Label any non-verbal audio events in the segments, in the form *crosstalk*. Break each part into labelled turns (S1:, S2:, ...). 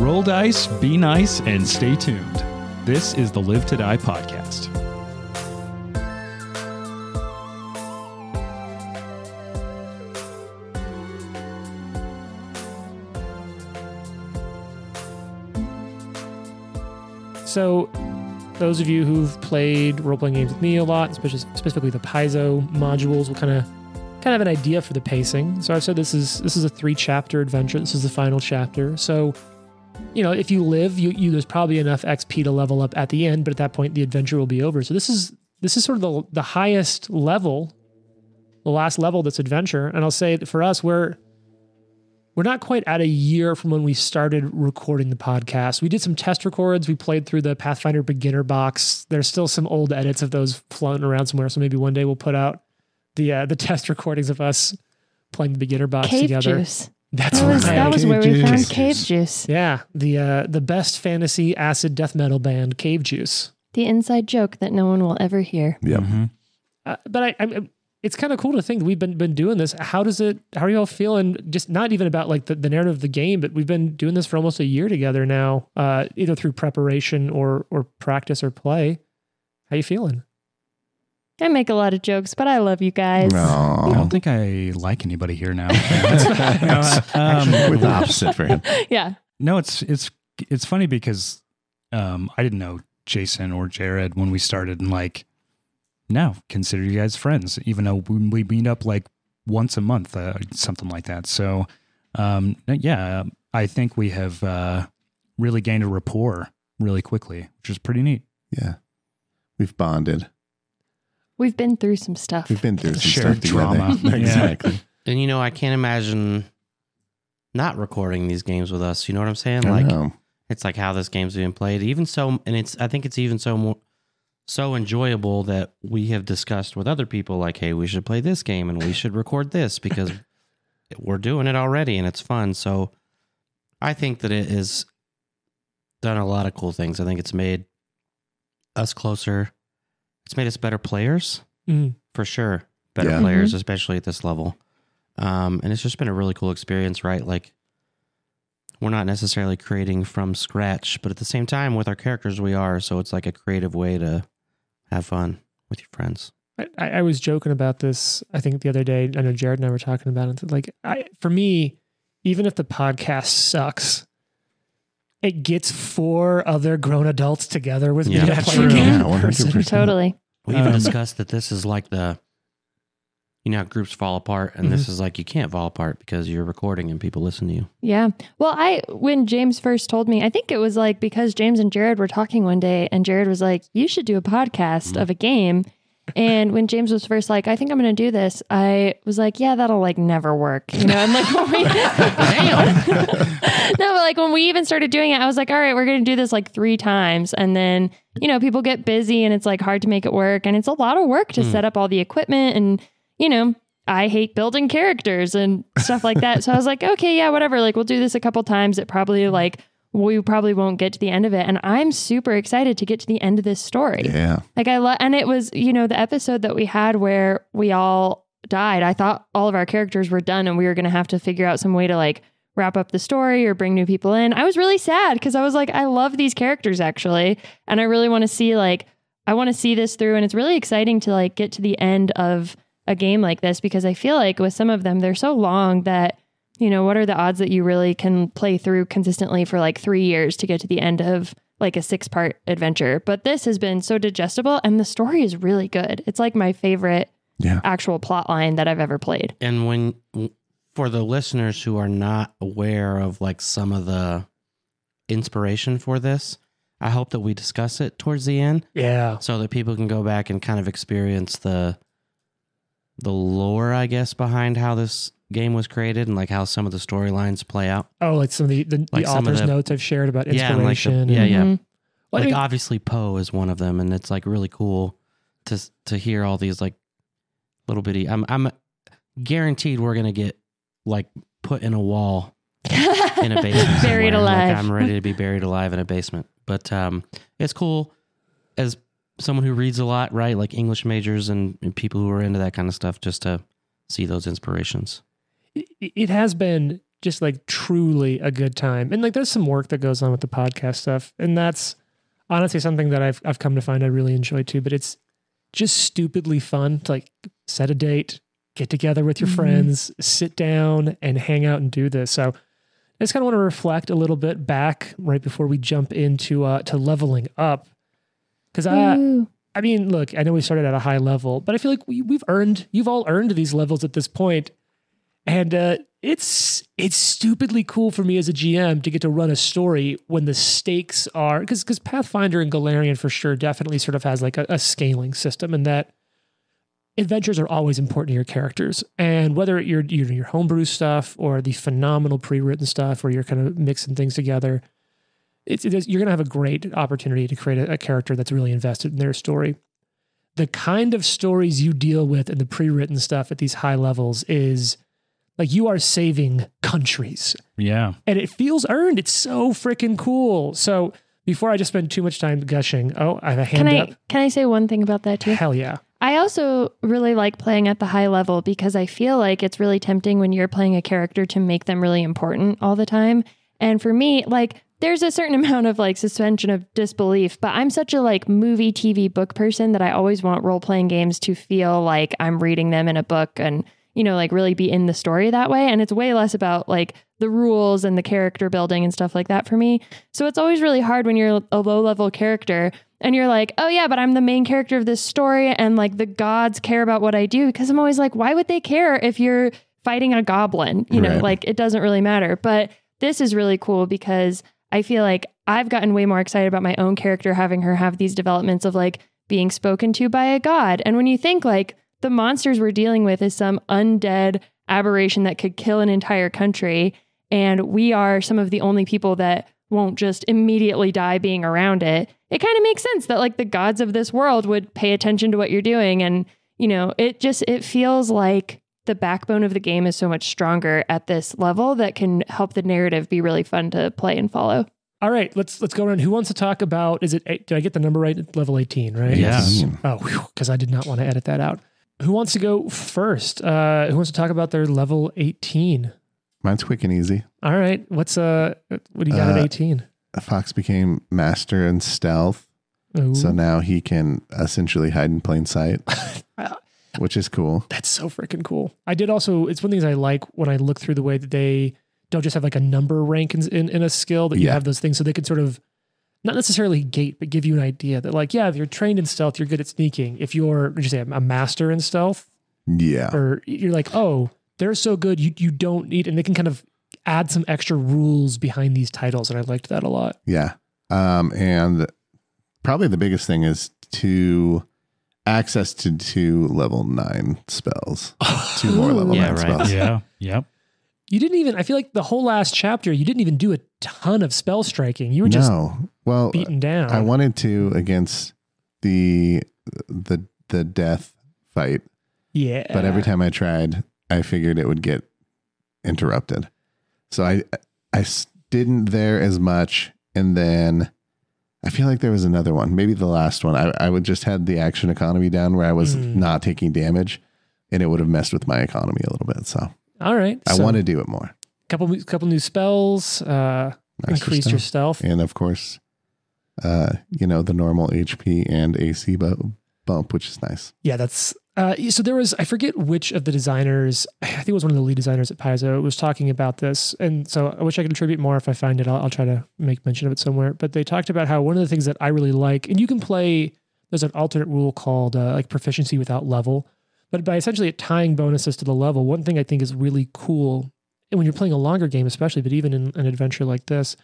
S1: Roll dice, be nice, and stay tuned. This is the Live to Die podcast.
S2: So, those of you who've played role playing games with me a lot, especially specifically the Paizo modules, will kind of kind of have an idea for the pacing. So I've said this is this is a three chapter adventure. This is the final chapter. So, you know, if you live, you, you there's probably enough XP to level up at the end, but at that point the adventure will be over. So this is this is sort of the the highest level, the last level that's adventure. And I'll say that for us, we're we're not quite at a year from when we started recording the podcast. We did some test records. We played through the Pathfinder beginner box. There's still some old edits of those floating around somewhere. So maybe one day we'll put out the uh, the *laughs* test recordings of us playing the beginner box
S3: cave
S2: together.
S3: juice.
S2: That's
S3: That was,
S2: right.
S3: that was
S4: Cave
S3: where we
S4: juice.
S3: found cave juice.
S2: yeah, the uh, the best fantasy acid death metal band, Cave Juice.
S3: The inside joke that no one will ever hear.
S4: Yeah.
S1: Mm-hmm.
S2: Uh, but I, I'm, it's kind of cool to think that we've been been doing this. How does it? How are you all feeling? Just not even about like the, the narrative of the game, but we've been doing this for almost a year together now, uh, either through preparation or or practice or play. How you feeling?
S3: I make a lot of jokes, but I love you guys.
S1: I
S4: *laughs* No.
S1: don't think I like anybody here now. *laughs*
S4: Actually, we're
S1: um,
S4: the opposite for him.
S3: *laughs* yeah.
S1: no, it's it's it's funny because um, I didn't know Jason or Jared when we started, and like now consider you guys friends, even though we, we meet up like once a month, uh, something like that. So, um, yeah, I think we have uh, really gained a rapport really quickly, which is pretty neat.
S4: Yeah. We've bonded.
S3: We've been through some stuff.
S4: We've been through some
S1: Shared
S4: stuff together.
S1: trauma.
S4: *laughs*
S1: Yeah.
S4: exactly.
S5: And you know, I can't imagine not recording these games with us. You know what I'm saying?
S4: I
S5: Like
S4: know.
S5: it's like how this game's being played. Even so, and it's I think it's even so more so enjoyable that we have discussed with other people. Like, hey, we should play this game and we should record this because we're doing it already and it's fun. So I think that it has done a lot of cool things. I think it's made us closer. It's made us better players
S2: Mm.
S5: for sure. Better
S4: Yeah.
S5: players, especially at this level. Um, and it's just been a really cool experience, right? Like, we're not necessarily creating from scratch, but at the same time, with our characters, we are. So it's like a creative way to have fun with your friends.
S2: I, I I was joking about this. I think the other day, I know Jared and I were talking about it. Like, I for me, even if the podcast sucks, it gets four other grown adults together with
S5: Yeah.
S2: me to
S4: That's
S2: play a
S4: true.
S2: game
S4: Yeah,
S2: in person.
S4: 100%.
S3: Totally.
S5: We even
S1: Um,
S5: discussed that this is like the, you know, how groups fall apart, and this is like you can't fall apart because you're recording and people listen to you.
S3: Yeah. Well, I when James first told me, I think it was like because James and Jared were talking one day and Jared was like, "You should do a podcast
S4: Mm.
S3: of a game." And when James was first like, "I think I'm going to do this." I was like, "Yeah, that'll like never work." You know, and like *laughs* "Oh when
S4: *laughs*
S3: we No, but like when we even started doing it, I was like, "All right, we're going to do this like 3 times." And then, you know, people get busy and it's like hard to make it work and it's a lot of work to set up all the equipment and, you know, I hate building characters and stuff like that. so I was like, okay, yeah, whatever. Like we'll do this a couple times. It probably like we probably won't get to the end of it. And I'm super excited to get to the end of this story.
S4: Yeah.
S3: Like I love and it was, you know, the episode that we had where we all died. I thought all of our characters were done and we were gonna have to figure out some way to like wrap up the story or bring new people in. I was really sad because I was like, I love these characters actually. And I really want to see like I want to see this through. And it's really exciting to like get to the end of a game like this because I feel like with some of them, they're so long that, you know, what are the odds that you really can play through consistently for like three years to get to the end of like a six part adventure? But this has been so digestible and the story is really good. It's like my favorite
S4: Yeah.
S3: actual plot line that I've ever played.
S5: And when for the listeners who are not aware of like some of the inspiration for this, I hope that we discuss it towards the end
S2: Yeah.
S5: so that people can go back and kind of experience the the lore, I guess, behind how this game was created and like how some of the storylines play out.
S2: Oh, like some of the, the,
S5: Like
S2: the
S5: some of
S2: author's
S5: the-
S2: notes I've shared about
S5: Yeah, and like the-
S2: inspiration. and-
S5: Yeah, yeah.
S3: Mhm.
S2: Well, I
S5: like
S2: mean,
S5: obviously Poe is one of them, and it's like really cool to s- to hear all these like little bitty. I'm I'm guaranteed we're gonna get like put in a wall in
S3: *laughs*
S5: a basement.
S3: Mm-hmm. Buried
S5: somewhere. Like,
S3: alive.
S5: I'm ready
S3: *laughs*
S5: to be buried alive in a basement. But um, it's cool as someone who reads a lot, right? Like English majors and, and people who are into that kind of stuff, just to see those inspirations.
S2: it, it has been just like truly a good time. And like there's some work that goes on with the podcast stuff. And that's honestly something that I've I've come to find I really enjoy too. But it's just stupidly fun to like set a date, get together with your
S3: Mhm.
S2: friends, sit down and hang out and do this. So I just kind of want to reflect a little bit back right before we jump into uh to leveling up. Cause I
S3: Ooh.
S2: I mean, look, I know we started at a high level, but I feel like we, we've earned, you've all earned these levels at this point. And uh, it's it's stupidly cool for me as a GM to get to run a story when the stakes are because because Pathfinder and Galarian for sure definitely sort of has like a, a scaling system and that adventures are always important to your characters and whether you're your your homebrew stuff or the phenomenal pre-written stuff where you're kind of mixing things together it's, it is, you're going to have a great opportunity to create a, a character that's really invested in their story. The kind of stories you deal with and the pre written stuff at these high levels is like you are saving countries
S1: Yeah.
S2: and it feels earned. It's so freaking cool. So before I just spend too much time gushing, oh, I have a hand
S3: Can
S2: up.
S3: I can I say one thing about that too?
S2: Hell yeah.
S3: I also really like playing at the high level because I feel like it's really tempting when you're playing a character to make them really important all the time. And for me, like there's a certain *laughs* amount of like suspension of disbelief, but I'm such a like movie, TV, book person that I always want role playing games to feel like I'm reading them in a book and you know like really be in the story that way and it's way less about like the rules and the character building and stuff like that for me. So it's always really hard when you're a low level character and you're like, oh yeah, but I'm the main character of this story, and like the gods care about what I do because I'm always like, why would they care if you're fighting a goblin? You know,
S4: Right.
S3: like it doesn't really matter. But this is really cool because I feel like I've gotten way more excited about my own character having her have these developments of like being spoken to by a god. And when you think like the monsters we're dealing with is some undead aberration that could kill an entire country, and we are some of the only people that won't just immediately die being around it. It kind of makes sense that like the gods of this world would pay attention to what you're doing and you know, it just it feels like the backbone of the game is so much stronger at this level that can help the narrative be really fun to play and follow.
S2: All right, let's let's go around. Who wants to talk about? Is it? eight- Did I get the number right? It's Level eighteen, right?
S1: Yeah.
S4: Yes. Mm.
S2: Oh, because I did not want to edit that out. Who wants to go first? Uh, who wants to talk about their level 18?
S4: Mine's quick and easy.
S2: All right. What's uh what do you got
S4: Uh,
S2: at 18?
S4: Fox became master in stealth,
S2: Ooh,
S4: so now he can essentially hide in plain sight,
S2: *laughs* Wow.
S4: which is cool.
S2: that's so freaking cool. I did also it's one of the things I like when I look through the way that they don't just have like a number rank in in, in a skill that you
S4: Yeah.
S2: have those things so they can sort of not necessarily gate, but give you an idea that like, yeah, if you're trained in stealth, you're good at sneaking. If you're would you say a master in stealth,
S4: Yeah.
S2: or you're like, oh, they're so good, you you don't need, and they can kind of add some extra rules behind these titles, and I liked that a lot.
S4: Yeah. Um, and probably the biggest thing is to access to two level nine spells, *laughs* two more level
S5: Yeah,
S4: nine
S5: right.
S1: *laughs*
S4: spells.
S1: Yeah. Yep.
S2: You didn't even. I feel like the whole last chapter, you didn't even do a ton of spell striking. You were just
S4: no. Well,
S2: beaten down.
S4: I wanted to against the the the death fight,
S2: yeah.
S4: but every time I tried, I figured it would get interrupted. So I I s- didn't there as much, and then I feel like there was another one, maybe the last one. I I would just had the action economy down where I was
S2: Mm.
S4: not taking damage, and it would have messed with my economy a little bit. So,
S2: All right.
S4: I
S2: so
S4: want to do it more.
S2: couple couple new spells. Uh,
S4: Master
S2: increased your
S4: Stone.
S2: stealth.
S4: and of course, uh, you know the normal HP and AC bu- bump, which is nice.
S2: Yeah, that's uh, so. There was I forget which of the designers. *sighs* I think it was one of the lead designers at Paizo was talking about this, and so I wish I could attribute more if I find it. I'll, I'll try to make mention of it somewhere. But they talked about how one of the things that I really like, and you can play. There's an alternate rule called uh, like proficiency without level, but by essentially tying bonuses to the level, one thing I think is really cool, and when you're playing a longer game, especially, but even in an adventure like this,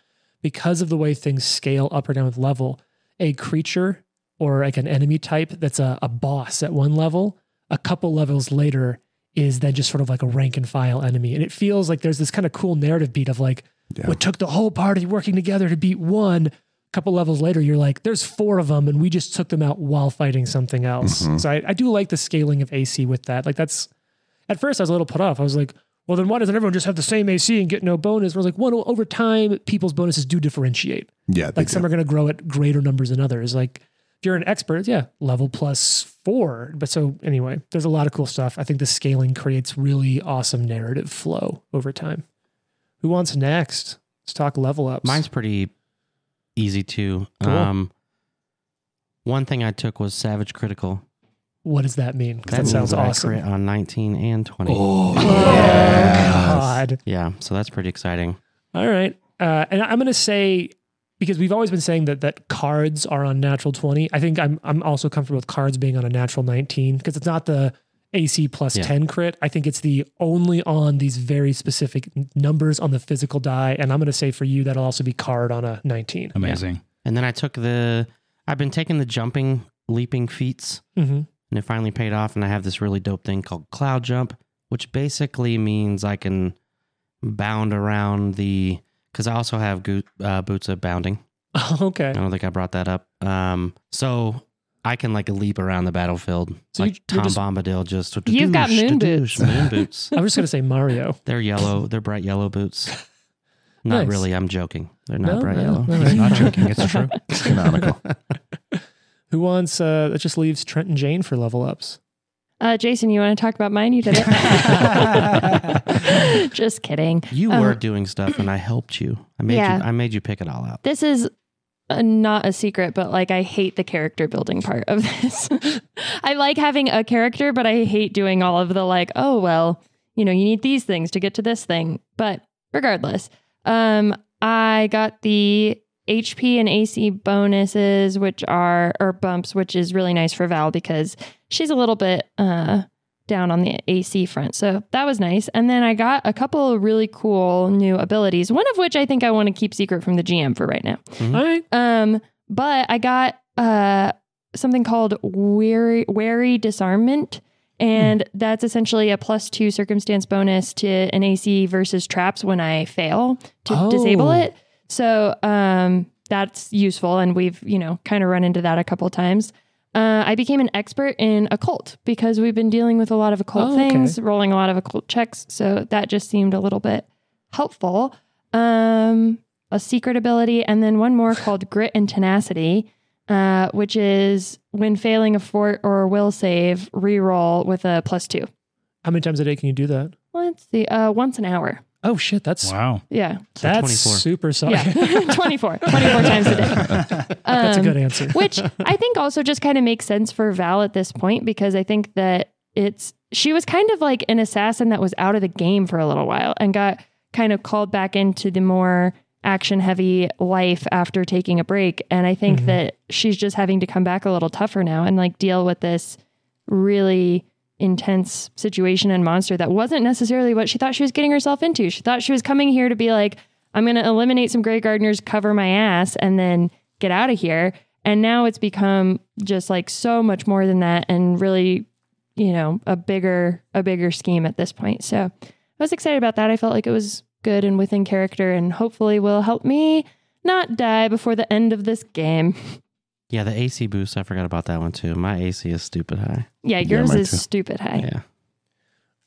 S2: because of the way things scale up or down with level, a creature or like an enemy type that's a, a boss at one level, a couple levels later is then just sort of like a rank and file enemy. And it feels like there's this kind of cool narrative beat of like,
S4: Yeah.
S2: what took the whole party working together to beat one. A couple levels later, you're like, there's four of them, and we just took them out while fighting something else.
S4: Mhm.
S2: So I, I do like the scaling of AC with that. Like, that's at first, I was a little put off. I was like, well, then why doesn't everyone just have the same AC and get no bonus? And I was like, well, over time, people's bonuses do differentiate
S4: Yeah,
S2: like some are going to grow at greater numbers than others like if you're an expert yeah level plus four but so anyway there's a lot of cool stuff i think the scaling creates really awesome narrative flow over time Who wants next? Let's talk level ups.
S5: Mine's pretty easy too.
S2: Cool.
S5: Um, one thing I took was Savage Critical.
S2: what does that mean? 'Cause That,
S5: means
S2: sounds
S5: I
S2: awesome. Oh,
S5: crit on 19 and 20.
S2: God.
S5: Yeah, so that's pretty exciting.
S2: All right. Uh, and I'm going to say because we've always been saying that that cards are on natural 20. I think I'm I'm also comfortable with cards being on a natural 19 because it's not the AC plus
S5: Yeah.
S2: 10 crit. I think it's the only on these very specific n- numbers on the physical die and I'm going to say for you that'll also be card on a 19.
S1: Amazing.
S5: And then I took the, I've been taking the jumping, leaping feats,
S2: Mm-hmm.
S5: and it finally paid off. And I have this really dope thing called Cloud Jump, which basically means I can bound around the, because I also have goo uh, boots of bounding.
S2: Mm-hmm. *laughs* okay.
S5: I don't think I brought that up. Um, so I can like leap around the battlefield,
S2: So
S5: like
S2: you- you're
S5: Tom
S2: just-
S5: Bombadil. Just
S3: You've got
S5: "Dadoosh,
S3: moon
S5: dadoosh,"
S3: boots.
S5: Moon boots.
S2: I'm just going to say
S1: *laughs*
S2: Mario. *laughs*
S5: They're yellow. They're bright yellow boots. Not
S2: Nice.
S5: really. I'm joking. They're not
S2: No,
S5: bright
S2: no,
S5: yellow.
S2: no,
S1: He's not joking.
S2: *laughs*
S1: It's true.
S4: It's canonical.
S2: Who wants uh that just leaves Trent and Jane for level ups.
S3: Uh, Jason, you want to talk about mine? You did it. Just kidding.
S5: You
S2: Uh-huh.
S3: Uh,
S5: were doing stuff, and I helped you. I made
S3: Yeah.
S5: you. I made you pick it all out.
S3: This is uh, not a secret, but like I hate the character building part of *laughs* this. I like having a character, but I hate doing all of the like, oh, well, you know, you need these things to get to this thing. But regardless, um, I got the HP and AC bonuses, which are, or bumps, which is really nice for Val because she's a little bit, uh, down on the AC front. So that was nice. And then I got a couple of really cool new abilities, one of which I think I want to keep secret from the GM for right now.
S1: Hmm?
S2: All right.
S3: Um, but I got uh something called wary wary disarmament. And that's essentially a plus two circumstance bonus to an AC versus traps when I fail to
S2: Oh.
S3: disable it. So um, that's useful. And we've, you know, kind of run into that a couple times. Uh, I became an expert in occult because we've been dealing with a lot of occult
S2: Oh, okay.
S3: things, rolling a lot of occult checks. So that just seemed a little bit helpful. Um, a secret ability, and then one
S2: *laughs*
S3: more called grit and tenacity, uh, which is when failing a fort or will save, reroll with a plus two.
S2: How many times a day can you do that?
S3: Let's see, uh, once an hour.
S2: Oh shit,
S1: *laughs*
S2: that's
S1: Wow.
S2: *laughs*
S3: Yeah,
S5: So
S2: that's
S5: 24.
S2: super solid.
S3: yeah, *laughs* 24, 24 times a day.
S2: *laughs* that's a
S3: Um,
S2: good answer.
S3: *laughs* which I think also just kind of makes sense for Val at this point because I think that it's she was kind of like an assassin that was out of the game for a little while and got kind of called back into the more action heavy life after taking a break and I think
S2: Mhm.
S3: that she's just having to come back a little tougher now and like deal with this really intense situation and monster that wasn't necessarily what she thought she was getting herself into. She thought she was coming here to be like, I'm going to eliminate some gray gardeners, cover my ass, and then get out of here. And now it's become just like so much more than that and really, you know, a bigger, a bigger scheme at this point. So I was excited about that. I felt like it was good and within character and hopefully will help me not die before the end of this game.
S5: Yeah, the AC boost. I forgot about that one too. My AC is stupid high.
S3: Yeah,
S4: Yeah,
S3: yours
S4: mine
S3: is
S4: too.
S3: stupid high.
S5: Yeah.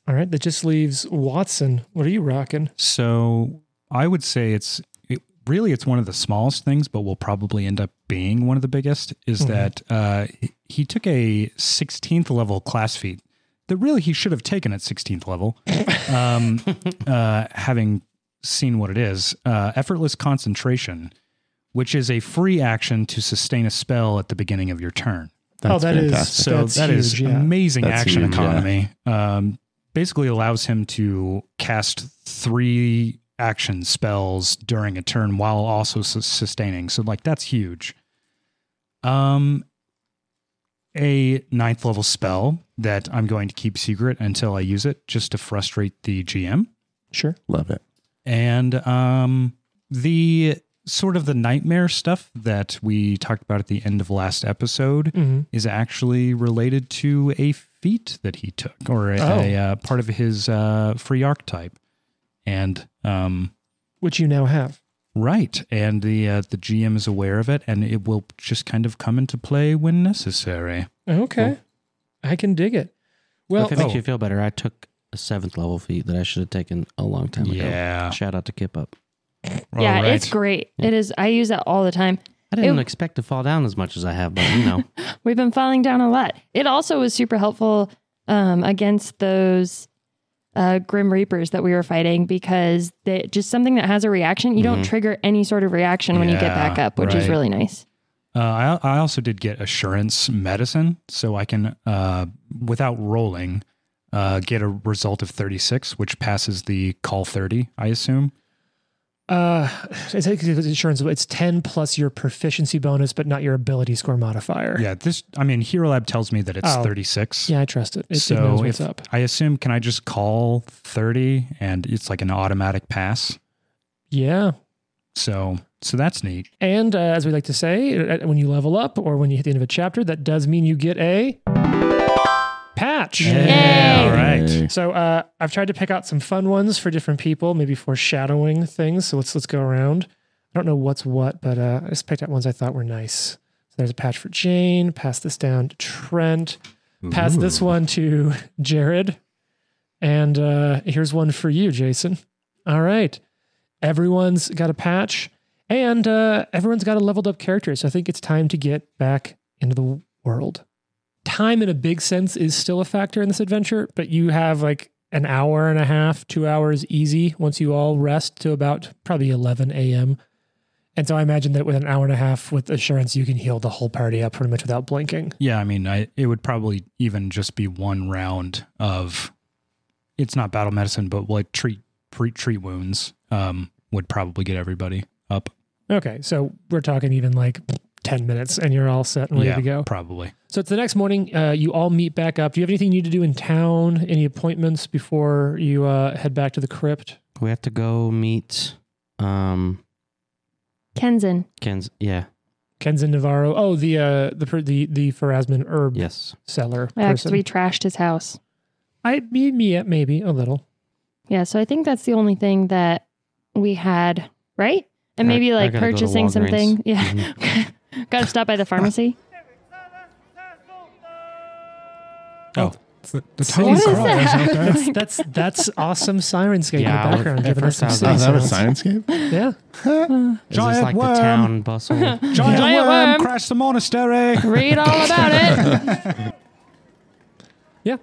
S2: All right, that just leaves Watson. What are you rocking?
S1: So I would say it's it, really it's one of the smallest things, but will probably end up being one of the biggest. Is
S2: Mhm.
S1: that uh, he- he took a 16th level class feat that really he should have taken at 16th *laughs* level, um, uh, having seen what it is. Uh, effortless concentration, which is a free action to sustain a spell at the beginning of your turn.
S2: oh, that is
S4: fantastic.
S1: So
S2: that's
S1: that is
S2: huge, yeah.
S1: amazing
S4: That's
S1: action
S4: huge, yeah.
S1: economy. Um, basically allows him to cast three action spells during a turn while also sus- sustaining. So like that's huge. Um, a ninth level spell that I'm going to keep secret until I use it, just to frustrate the GM
S2: *laughs* Sure.
S4: Love it.
S1: and um, the sort of the nightmare stuff that we talked about at the end of last episode
S2: Mhm.
S1: is actually related to a feat that he took or a,
S2: Oh.
S1: a, uh, part of his uh, free archetype and um,
S2: Which you now have.
S1: right and the uh, the gm is aware of it and it will just kind of come into play when necessary
S2: Okay. I can dig it. Well,
S5: if it makes
S1: oh.
S5: you feel better, I took a seventh level feat that I should have taken a long time ago.
S1: yeah
S5: Shout out to Kip Up.
S3: Yeah,
S1: All Oh, right.
S3: it's great. It is. I use that all the time.
S5: I didn't
S3: It-
S5: expect to fall down as much as I have, but
S2: *laughs*
S5: you know,
S3: We've been falling down a lot. It also was super helpful um, against those uh, Grim Reapers that we were fighting because they, just something that has a reaction, you don't
S5: Mhm.
S3: trigger any sort of reaction when you get
S1: Yeah,
S3: back up, which is
S1: right.
S3: really nice.
S1: Uh, I, I also did get assurance medicine, so I can, uh, without rolling, uh, get a result of 36, which passes the call 30, I assume.
S2: Uh, it's, it's insurance. It's ten plus your proficiency bonus, but not your ability score modifier.
S1: Yeah, this, I mean, Hero Lab tells me that it's
S2: Oh.
S1: 36.
S2: Yeah, I trust it. It, it
S1: so
S2: knows what's
S1: if-
S2: up.
S1: I assume, can I just call 30 and it's like an automatic pass?
S2: Yeah.
S1: So, so that's neat.
S2: And uh, as we like to say, uh, when you level up or when you hit the end of a chapter, that does mean you get a patch.
S3: Yay!
S1: All right.
S4: Yay.
S2: So uh, I've tried to pick out some fun ones for different people, maybe foreshadowing things. So let's let's go around. I don't know what's what, but uh, I just picked out ones I thought were nice. So there's a patch for Jane. Pass this down to Trent. Pass this
S1: Ooh.
S2: one to Jared. And uh, here's one for you, Jason. All right. Everyone's got a patch and uh, everyone's got a leveled up character. So I think it's time to get back into the world. Time in a big sense is still a factor in this adventure, but you have like an hour and a half, two hours easy once you all rest to about probably 11 a.m. And so I imagine that with an hour and a half with assurance, you can heal the whole party up pretty much without blinking.
S1: Yeah, I mean, I it would probably even just be one round of it's not battle medicine, but like treat treat treat wounds um would probably get everybody up.
S2: Okay, so we're talking even like 10 minutes and you're all set and ready
S1: yeah,
S2: to go.
S1: probably.
S2: So it's the next morning. Uh, you all meet back up. Do you have anything you need to do in town? Any appointments before you uh, head back to the crypt?
S5: We have to go meet um
S3: Kenzen,
S5: Ken's yeah,
S2: Kenzen Navarro. Oh, the uh, the per- the the Pharasman herb
S5: yes.
S2: seller
S3: yeah, 'cause
S2: person.
S3: we trashed his house.
S2: I me, me yeah, maybe a little.
S3: Yeah, so I think that's the only thing that we had, right? And
S5: I-
S3: maybe
S5: I
S3: like
S5: gotta go to
S3: purchasing
S5: Walgreens.
S3: something. Yeah.
S5: Mhm.
S3: *laughs* Got to stop by the pharmacy.
S5: Oh.
S1: The,
S3: What is that? *laughs*
S2: That's that's that's awesome sirenscape
S5: Yeah,
S2: in
S5: I was-
S2: the background.
S5: at
S2: giving us
S5: first I was
S2: some
S4: Oh,
S5: like,
S2: city
S4: that was
S2: sounds.
S4: Sirenscape?
S2: Yeah.
S5: Is this like the
S2: *laughs*
S5: town bustle? All
S1: Giant,
S3: Giant
S1: worm,
S3: worm.
S1: crashed the monastery.
S3: Read all about it.
S2: Yeah.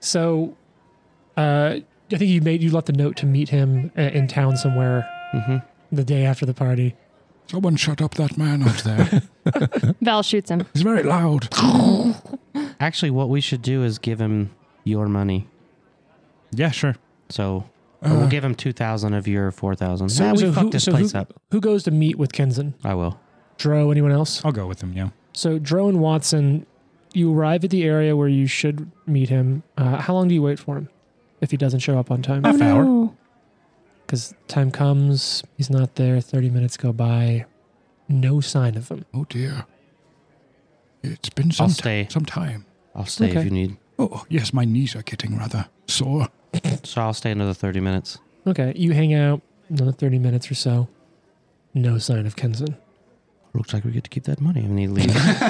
S2: So, uh, I think you made you left a note to meet him uh, in town somewhere
S5: Mm-hmm.
S2: the day after the party.
S1: Someone shut up that man out *laughs* there.
S3: Val shoots him.
S1: He's very loud.
S3: Oh,
S5: Actually, what we should do is give him your money.
S1: yeah, sure.
S5: So or
S1: Uh,
S5: we'll give him 2000 of your 4000. So, we fucked this place
S2: Uh. who,
S5: up.
S2: who goes to meet with Kenzen?
S5: I will.
S2: Dro, anyone else?
S1: I'll go with him, yeah.
S2: So Dro and Watson, you arrive at the area where you should meet him. Uh, how long do you wait for him if he doesn't show up on time?
S1: Half hour.
S2: Because time comes, he's not there. Thirty minutes go by, no sign of him.
S1: Oh dear. It's been
S5: some ti- stay.
S1: some time.
S5: I'll stay
S2: Okay.
S5: if you need.
S1: Oh, yes, my knees are getting rather sore.
S5: So I'll stay another 30 minutes.
S2: Okay, you hang out another thirty minutes or so. No sign of Kenzen.
S5: Looks like we get to keep that money when he
S2: *laughs*
S5: leaves.
S3: *laughs*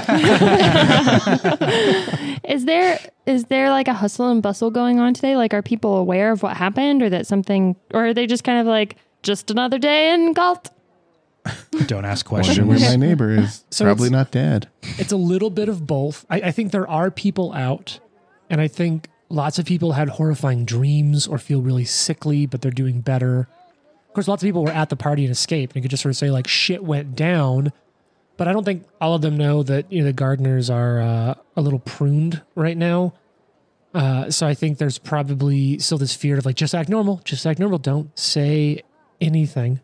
S3: Is there is there like a hustle and bustle going on today? Like, are people aware of what happened, or that something, or are they just kind of like just another day in Galt?
S1: *laughs* Don't ask
S4: Wonder
S1: questions.
S4: where my neighbor is.
S2: So
S4: Probably
S2: it's-
S4: not dead.
S2: It's a little bit of both. I, I think there are people out, and I think lots of people had horrifying dreams or feel really sickly, but they're doing better. Of course, lots of people were at the party and escaped, and you could just sort of say like shit went down. But I don't think all of them know that you know the gardeners are uh, a little pruned right now. Uh, so I think there's probably still this fear of like just act normal, just act normal, don't say anything.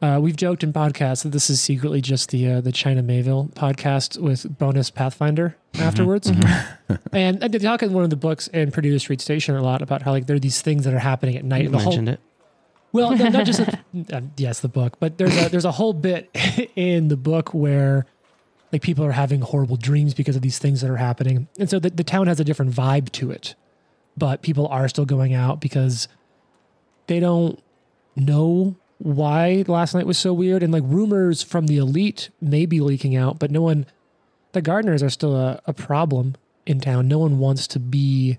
S2: Uh, we've joked in podcasts that this is secretly just the uh, the China Mayville podcast with bonus Pathfinder afterwards. and they talk in one of the books and Purdue Street Station a lot about how like there are these things that are happening at night.
S5: you
S2: and the whole
S5: mentioned it.
S2: well, no, not just a, uh, yes, the book, but there's a there's a whole bit *laughs* in the book where like people are having horrible dreams because of these things that are happening, and so the, the town has a different vibe to it, but people are still going out because they don't know why last night was so weird, and like rumors from the elite may be leaking out, but no one, the gardeners are still a, a problem in town. No one wants to be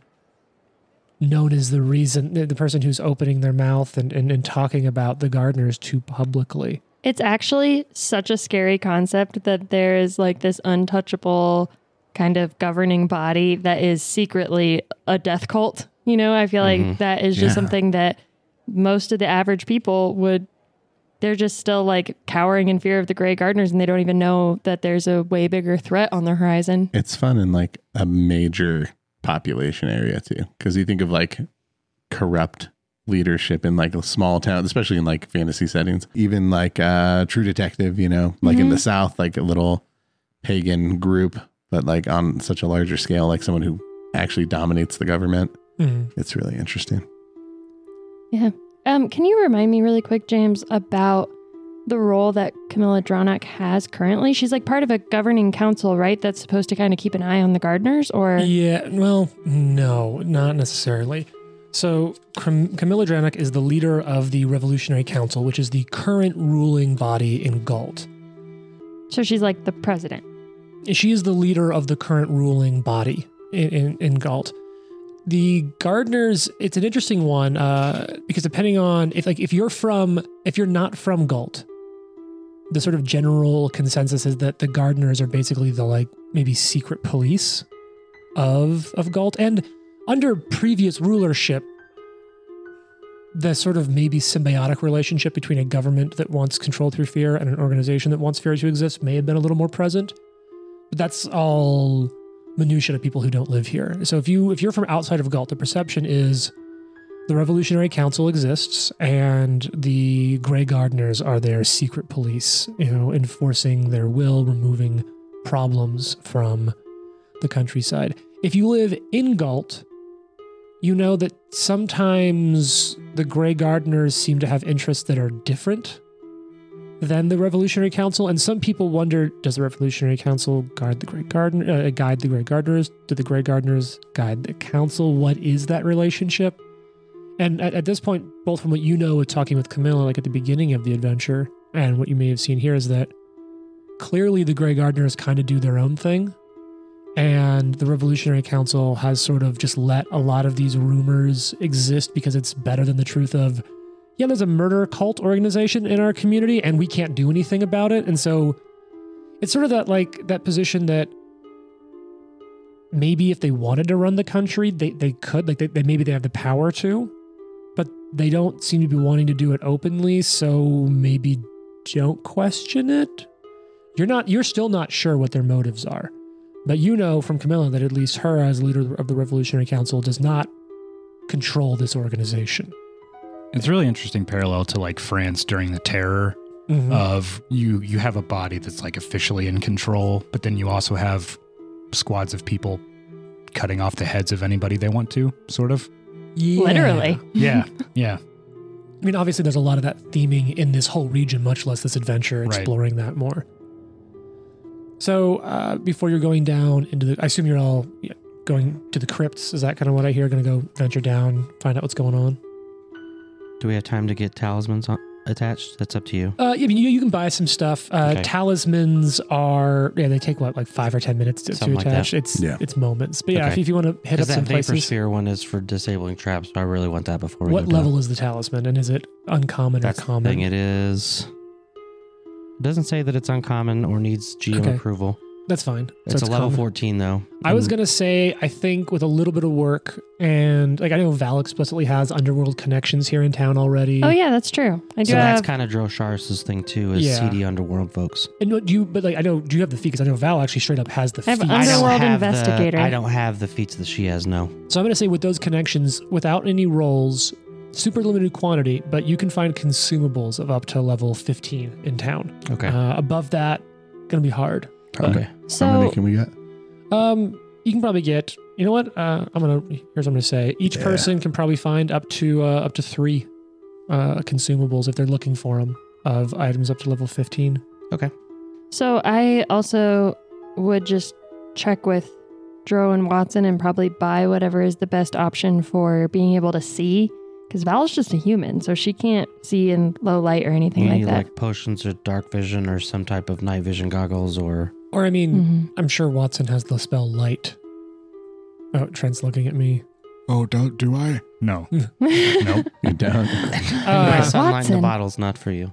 S2: known as the reason the the person who's opening their mouth and, and, and talking about the gardeners too publicly
S3: It's actually such a scary concept that there is like this untouchable kind of governing body that is secretly a death cult. You know, I feel like
S5: Mhm.
S3: that is just
S4: Yeah.
S3: something that most of the average people would they're just still like cowering in fear of the gray gardeners and they don't even know that there's a way bigger threat on the horizon.
S4: It's fun in like a major population area too, because you think of like corrupt leadership in like a small town, especially in like fantasy settings. Even like uh, True Detective, you know, like
S3: Mm-hmm.
S4: in the South, like a little pagan group, but like on such a larger scale, like someone who actually dominates the government.
S2: Mhm.
S4: It's really interesting.
S3: Um, can you remind me really quick, James, about the role that Camilla Dronach has currently? She's like part of a governing council, right? That's supposed to kind of keep an eye on the gardeners or
S2: Yeah, well, no, not necessarily. So, Cam- Camilla Dranok is the leader of the Revolutionary Council, which is the current ruling body in Galt.
S3: so she's like the president.
S2: She is the leader of the current ruling body in, in, in Galt. The gardeners, it's an interesting one uh, because depending on if like if you're from if you're not from Galt, the sort of general consensus is that the gardeners are basically the like maybe secret police of of Galt and under previous rulership the sort of maybe symbiotic relationship between a government that wants control through fear and an organization that wants fear to exist may have been a little more present but that's all minutia to people who don't live here. So if you if you're from outside of Galt, the perception is the Revolutionary Council exists and the Grey Gardeners are their secret police, you know, enforcing their will, removing problems from the countryside. If you live in Galt, you know that sometimes the Grey Gardeners seem to have interests that are different than the Revolutionary Council. And some people wonder: Does the Revolutionary Council guard the Great Garden, uh, guide the Great Gardeners? Do the Great Gardeners guide the Council? What is that relationship? And at, at this point, both from what you know with talking with Camilla, like at the beginning of the adventure, and what you may have seen here is that clearly the Grey Gardeners kind of do their own thing. And the Revolutionary Council has sort of just let a lot of these rumors exist because it's better than the truth of yeah, there's a murder cult organization in our community and we can't do anything about it. And so it's sort of that like that position that maybe if they wanted to run the country, they, they could, like they, they maybe they have the power to, but they don't seem to be wanting to do it openly, so maybe don't question it. You're not you're still not sure what their motives are. But you know from Camilla that at least her as leader of the Revolutionary Council does not control this organization.
S1: It's really interesting parallel to like France during the terror Mm-hmm. Mm. of you you have a body that's like officially in control, but then you also have squads of people cutting off the heads of anybody they want to, sort *laughs* of.
S2: Yeah.
S3: Literally.
S1: Yeah. yeah.
S2: I mean, obviously, there's a lot of that theming in this whole region, much less this adventure,
S1: Right.
S2: exploring that more. So, uh, before you're going down into the, I assume you're all yeah, going to the crypts. Is that kind of what I hear? Going to go venture down, find out what's going on.
S5: Do we have time to get talismans on, attached? That's up to you.
S2: Uh, yeah, I mean, you, you can buy some stuff. Uh,
S5: Okay.
S2: Talismans are yeah, they take what like five or ten minutes to, to
S5: Something like
S2: attach.
S5: that.
S2: it's
S4: Yeah.
S2: it's moments, but yeah,
S5: Okay.
S2: if, if you want to hit up
S5: Because
S2: some
S5: that vapor
S2: places,
S5: sphere one is for disabling traps, so I really want that before we
S2: what
S5: go down.
S2: level is the talisman, and is it uncommon
S5: That's
S2: or
S5: the
S2: common?
S5: thing. It is. It doesn't say that it's uncommon or needs GM
S2: Okay.
S5: approval.
S2: That's fine. So
S5: It's, a level
S2: common.
S5: 14 though.
S2: I was
S5: Mm.
S2: gonna say, I think with a little bit of work and like I know Val explicitly has underworld connections here in town already.
S3: Oh yeah, that's true. I do
S5: So
S3: have
S5: that's kind of Drosharis' thing too, is
S2: Yeah.
S5: CD underworld folks.
S2: And what do you but like I know do you have the fee? Because I know Val actually straight up has the
S3: I have
S2: feet.
S5: I don't
S3: Underworld
S5: have the-
S3: investigator.
S5: I don't have the feats that she has. No.
S2: So I'm gonna say with those connections, without any rolls, super limited quantity, but you can find consumables of up to level 15 in town.
S5: Okay.
S2: Uh, above that, gonna be hard.
S5: okay.
S4: How many
S3: so
S4: can we get?
S2: Um, you can probably get. You know what? Uh, I'm gonna. Here's what I'm gonna say. Each
S4: Yeah.
S2: person can probably find up to uh, up to three uh, consumables if they're looking for them of items up to level 15.
S3: so I also would just check with Dro and Watson and probably buy whatever is the best option for being able to see. Because Val's just a human, so she can't see in low light or anything
S5: You
S3: like
S5: need
S3: that.
S5: like potions or dark vision or some type of night vision goggles or
S2: Or I mean,
S3: hmm
S2: I'm sure Watson has the spell light. Oh, Trent's looking at me.
S6: Oh, do, do I?
S1: *laughs* No.
S4: You don't.
S5: Anyway, sunlight in
S3: Watson.
S5: the bottle's not for you.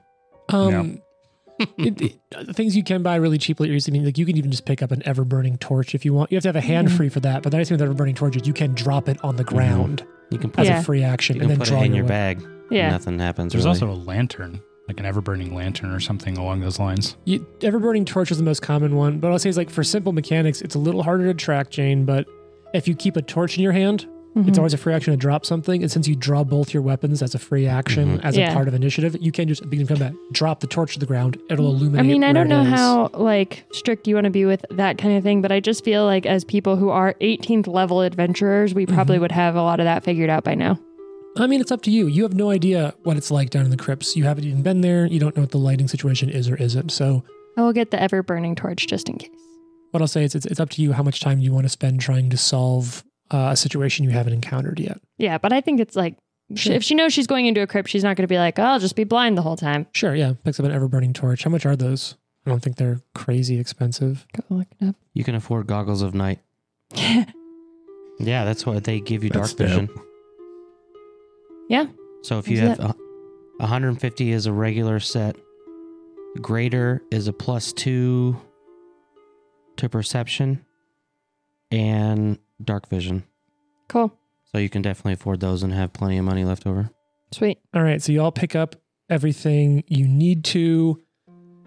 S2: Um, *laughs* it, it- the things you can buy really cheaply are easy. I mean, like you can even just pick up an ever burning torch if you want. You have to have a hand free for that. But the nice thing with ever burning torch is you can drop it on the ground
S5: You can
S2: as
S5: put,
S3: Yeah.
S2: a free action
S5: Mm-hmm. you
S2: and then
S5: can put it
S2: draw
S5: in your
S2: way.
S5: bag.
S3: Yeah.
S5: Nothing happens.
S1: There's
S5: really.
S1: also a lantern, like an ever burning lantern or something along those lines.
S2: You, ever burning torch is the most common one, but I'll say is like for simple mechanics, it's a little harder to track, Jane. But if you keep a torch in your hand,
S3: Mm-hmm.
S2: it's always a free action to drop something. And since you draw both your weapons as a free action, as
S3: Yeah.
S2: a part of initiative, you can just at the beginning of combat drop the torch to the ground. It'll
S3: I
S2: illuminate.
S3: mean, I
S2: where
S3: don't
S2: it
S3: know
S2: is.
S3: how like strict you want to be with that kind of thing, but I just feel like as people who are 18th level adventurers, we probably
S2: Mm-hmm.
S3: would have a lot of that figured out by now.
S2: I mean, it's up to you. You have no idea what it's like down in the crypts. You haven't even been there. You don't know what the lighting situation is or isn't. So,
S3: I will get the ever burning torch just in case.
S2: what I'll say is, it's, it's up to you how much time you want to spend trying to solve uh, a situation you haven't encountered yet.
S3: Yeah, but I think it's like sh
S2: Sure.
S3: if she knows she's going into a crypt, she's not going to be like, oh, I'll just be blind the whole time.
S2: Sure, yeah. Picks up an ever burning torch. How much are those? I don't think they're crazy expensive.
S3: Go look it up.
S5: You can afford goggles
S3: *laughs*
S5: of night. Yeah, that's what they give you
S4: That's
S5: dark vision.
S3: Yeah.
S5: So if you
S3: That's
S5: have a, 150 is a regular set, greater is a plus two to perception and dark vision.
S3: cool.
S5: So you can definitely afford those and have plenty of money left over.
S3: Sweet.
S2: All right, so you all pick up everything you need to,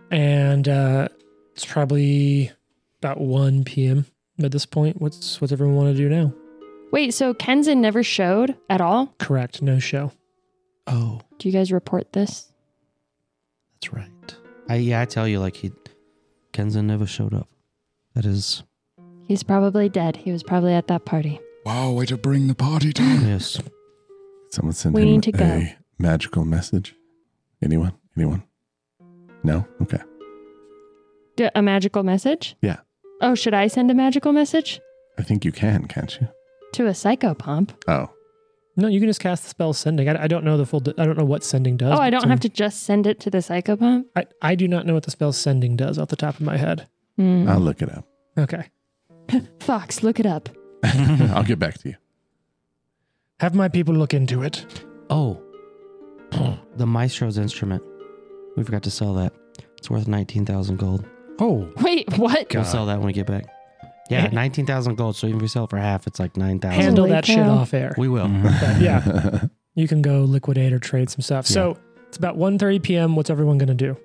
S2: and uh, it's probably about 1 p.m. at this point. What's what's everyone want to do now?
S3: Wait, so Kenzen never showed at all?
S2: Correct, no show.
S5: Oh,
S3: Do you guys report this?
S5: that's right. I yeah, I tell you like he Kenzen never showed up. That is *laughs*
S3: He's probably dead. He was probably at that party.
S6: Wow, way to bring the party down.
S5: yes.
S4: Someone send
S3: We
S4: him
S3: need to go.
S4: a magical message. Anyone? Anyone? No? Okay.
S3: D- a magical message?
S4: Yeah.
S3: Oh, should I send a magical message?
S4: I think you can, can't you?
S3: To a psychopomp?
S4: Oh,
S2: No, you can just cast the spell sending. I, I don't know the full. I don't know what sending does.
S3: Oh, I
S2: but
S3: don't
S2: some-
S3: have to just send it to the psychopomp?
S2: I, I do not know what the spell sending does off the top of my head.
S3: Hmm.
S4: I'll look it up.
S2: Okay,
S3: Fox, look it up.
S4: I'll get back to you.
S2: have my people look into it.
S5: Oh. *clears throat* the maestro's instrument. We forgot to sell that. It's worth 19,000 gold.
S1: Oh,
S3: Wait, what?
S5: We'll sell that when we get back. Yeah,
S2: Eh.
S5: nineteen thousand gold. So even if we sell it for half, it's like nine thousand.
S2: Handle
S3: Holy
S2: that shit
S3: cow.
S2: off air.
S5: We will.
S1: Mm-hmm.
S2: But yeah, you can go liquidate or trade some stuff. So it's about 1.30 p.m. What's everyone gonna do?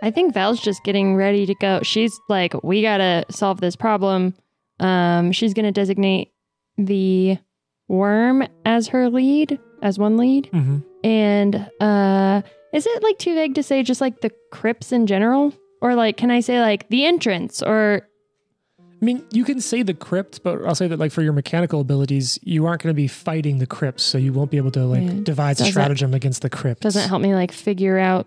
S3: I think Val's just getting ready to go. She's like, we gotta solve this problem. Um, she's gonna designate the worm as her lead, as one lead.
S2: Mm-hmm.
S3: And uh, is it like too vague to say just like the crypts in general? Or like, can I say like the entrance or
S2: I mean, you can say the crypt, but I'll say that like for your mechanical abilities, you aren't gonna be fighting the crypts, so you won't be able to like
S3: Yeah.
S2: devise a
S3: Doesn't-
S2: stratagem against the crypts.
S3: doesn't help me like figure out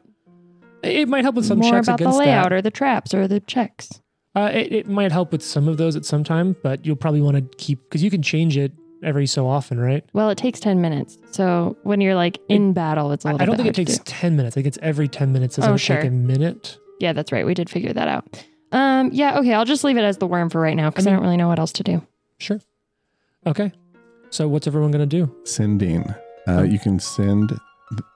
S2: It might help with some
S3: more
S2: checks
S3: about the
S2: against
S3: layout
S2: that.
S3: or the traps or the checks?
S2: Uh, it, it might help with some of those at some time, but you'll probably want to keep because you can change it every so often, right?
S3: Well, it takes 10 minutes. So when you're like in battle, it's a
S2: I
S3: little
S2: I don't
S3: bit
S2: think it
S3: hard to
S2: takes
S3: do.
S2: ten minutes. I think it's every ten minutes. Doesn't
S3: Oh,
S2: it
S3: sure.
S2: take a minute?
S3: Yeah, that's right. We did figure that out. Um, yeah, okay. I'll just leave it as the worm for right now because I,
S2: I mean-
S3: don't really know what else to do.
S2: Sure. Okay. So what's everyone gonna do?
S4: *laughs* Sending. Uh, you can send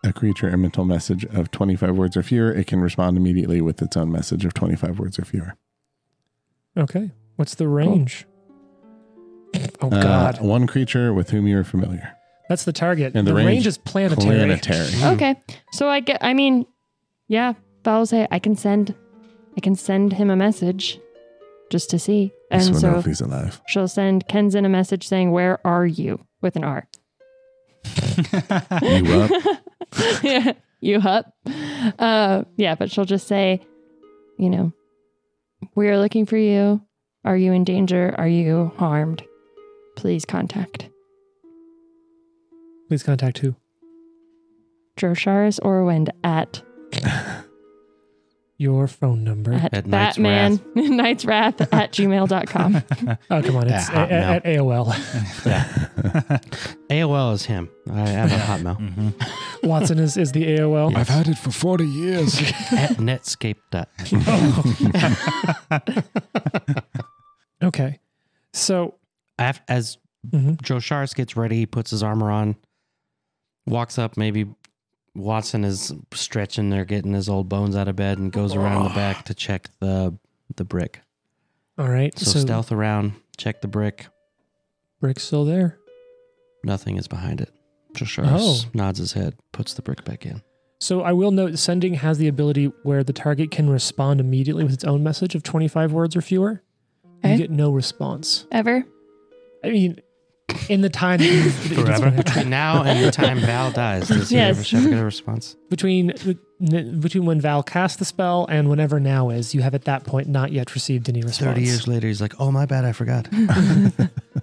S4: a creature a mental message of 25 words or fewer. It can respond immediately with its own message of 25 words or fewer.
S2: Okay. What's the range? Oh
S4: Uh,
S2: God,
S4: one creature with whom you are familiar.
S2: that's the target.
S4: and
S2: the,
S4: the
S2: range,
S4: range-
S2: is planetary.
S4: Planetary.
S3: Okay. So I get, I mean, yeah, Val will say I can send, I can send him a message just to see. And
S4: Just wanna know
S3: so
S4: if he's alive.
S3: she'll send Kenzen a message saying, Where are you? with an R. *laughs*
S6: Mm-hmm.
S5: *laughs*
S4: You up?
S3: yeah, you up? Uh, yeah, but she'll just say, you know, we are looking for you. Are you in danger? Are you harmed? Please contact
S2: Please contact who?
S3: Drosharis Orwind at,
S2: Your phone number.
S3: at,
S5: At Knight's
S3: Batman *laughs* Knight's Wrath at gmail.com.
S2: Oh come on, it's
S5: Ah,
S2: a- a- at AOL.
S5: AOL is him. I have a
S2: *laughs*
S5: Hotmail
S2: Watson is is the AOL.
S6: I've had it for 40 years.
S5: *laughs* at Netscape. Dot.
S2: Okay. So.
S5: Af- As
S2: mhm.
S5: Joe Shars gets ready, he puts his armor on, walks up, maybe Watson is stretching there, getting his old bones out of bed, and goes around the back to check the the brick.
S2: All right.
S5: So, stealth around, check the brick.
S2: Brick's still there.
S5: Nothing is behind it. Josh
S2: Oh.
S5: nods his head, puts the brick back in.
S2: So I will note sending has the ability where the target can respond immediately with its own message of 25 words or fewer.
S3: Okay.
S2: You get no response.
S3: Ever?
S2: I mean, in the time that you- that you did
S1: Forever?
S2: spend-
S5: Between now and the time Val dies, does he
S3: Yes.
S5: ever should I get a response?
S2: between between when Val cast the spell and whenever now is, you have at that point not yet received any response.
S5: *laughs* Thirty years later, he's like, "Oh my bad, I *laughs* forgot.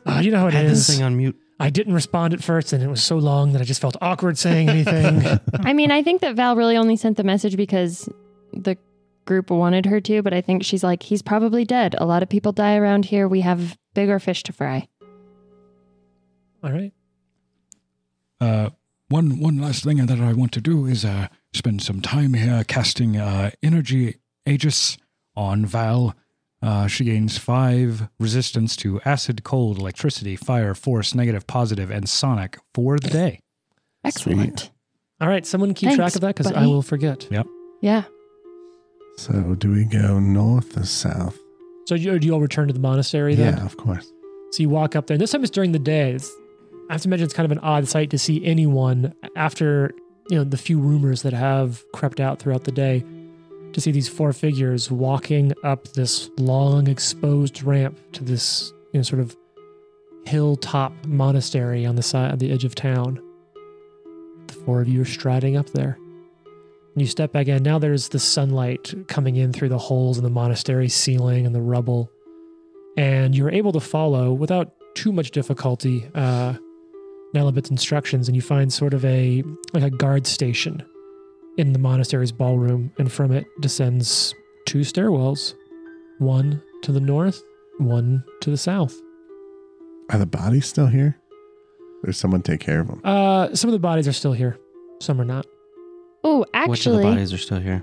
S2: Ah, you know how it
S5: I had this
S2: is.
S5: thing on mute."
S2: I didn't respond at first, and it was so long that I just felt awkward saying
S5: *laughs*
S2: anything.
S3: I mean, I think that Val really only sent the message because the group wanted her to, but I think she's like, he's probably dead. A lot of people die around here. We have bigger fish to fry.
S2: All right.
S6: Uh, one one last thing that I want to do is uh, spend some time here casting uh, energy Aegis on Val. Uh, she gains five resistance to acid, cold, electricity, fire, force, negative, positive, and sonic for the day.
S3: Excellent.
S2: All right. Someone keep track
S3: Thanks,
S2: of that because I
S3: buddy.
S2: will forget.
S3: Yeah.
S4: So do we go north or south?
S2: So you, do you all return to the monastery then?
S4: Yeah, of course.
S2: So you walk up there. And this time it's during the day. It's, I have to imagine it's kind of an odd sight to see anyone after you know the few rumors that have crept out throughout the day. To see these four figures walking up this long exposed ramp to this you know sort of hilltop monastery on the side on the edge of town. The four of you are striding up there. And you step back in. Now there's the sunlight coming in through the holes in the monastery ceiling and the rubble and you're able to follow without too much difficulty uh, Nelibit's instructions, and you find sort of a like a guard station in the monastery's ballroom, and from it descends two stairwells, one to the north, one to the south.
S4: Are the bodies still here? There's someone take care of them.
S3: *laughs*
S2: Uh, some of the bodies are still here, some are not.
S3: Oh,
S5: Which of the
S3: actually,
S5: bodies are still here?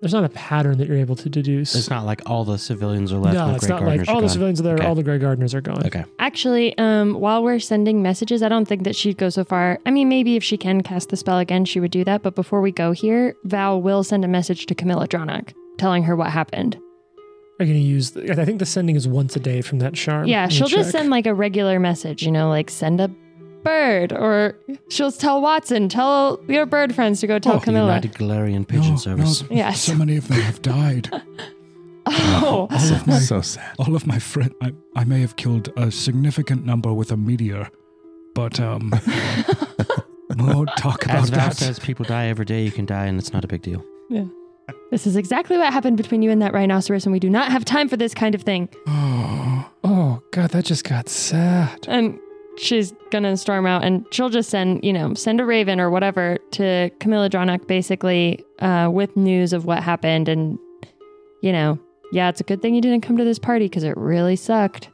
S2: There's not a pattern that you're able to deduce.
S5: It's not like all the civilians are left.
S2: no,
S5: and the
S2: it's
S5: Grey
S2: not like
S5: Gardeners
S2: all
S5: are
S2: the
S5: gone.
S2: civilians are there,
S5: Okay.
S2: all the gray gardeners are gone.
S5: Okay.
S3: actually, um, while we're sending messages, I don't think that she'd go so far. I mean, maybe if she can cast the spell again, she would do that. But before we go here, Val will send a message to Camilla Dronach telling her what happened.
S2: Are you going to use? The, I think the sending is once a day from that charm.
S3: Yeah,
S2: Let me
S3: she'll just
S2: check.
S3: send like a regular message, you know, like send a bird, or she'll tell Watson, tell your bird friends to go tell
S6: Oh,
S3: Camilla.
S5: United Galarian Pigeon
S6: no,
S5: Service.
S6: No,
S3: Yes.
S6: So many of them have
S5: *laughs*
S6: died.
S3: Oh,
S6: All of my
S4: So sad.
S6: all of my friend. I, I may have killed a significant number with a meteor, but
S1: *laughs*
S6: um, we won't talk about
S5: As Val
S6: that.
S5: says, people die every day. You can die, and it's not a big deal.
S3: *gasps* this is exactly what happened between you and that rhinoceros, and we do not have time for this kind of thing.
S6: Oh,
S2: Oh God, that just got sad.
S3: And she's gonna storm out and she'll just send, you know, send a raven or whatever to Camilla Dronach basically uh, with news of what happened. And, you know, yeah, it's a good thing you didn't come to this party because it really sucked.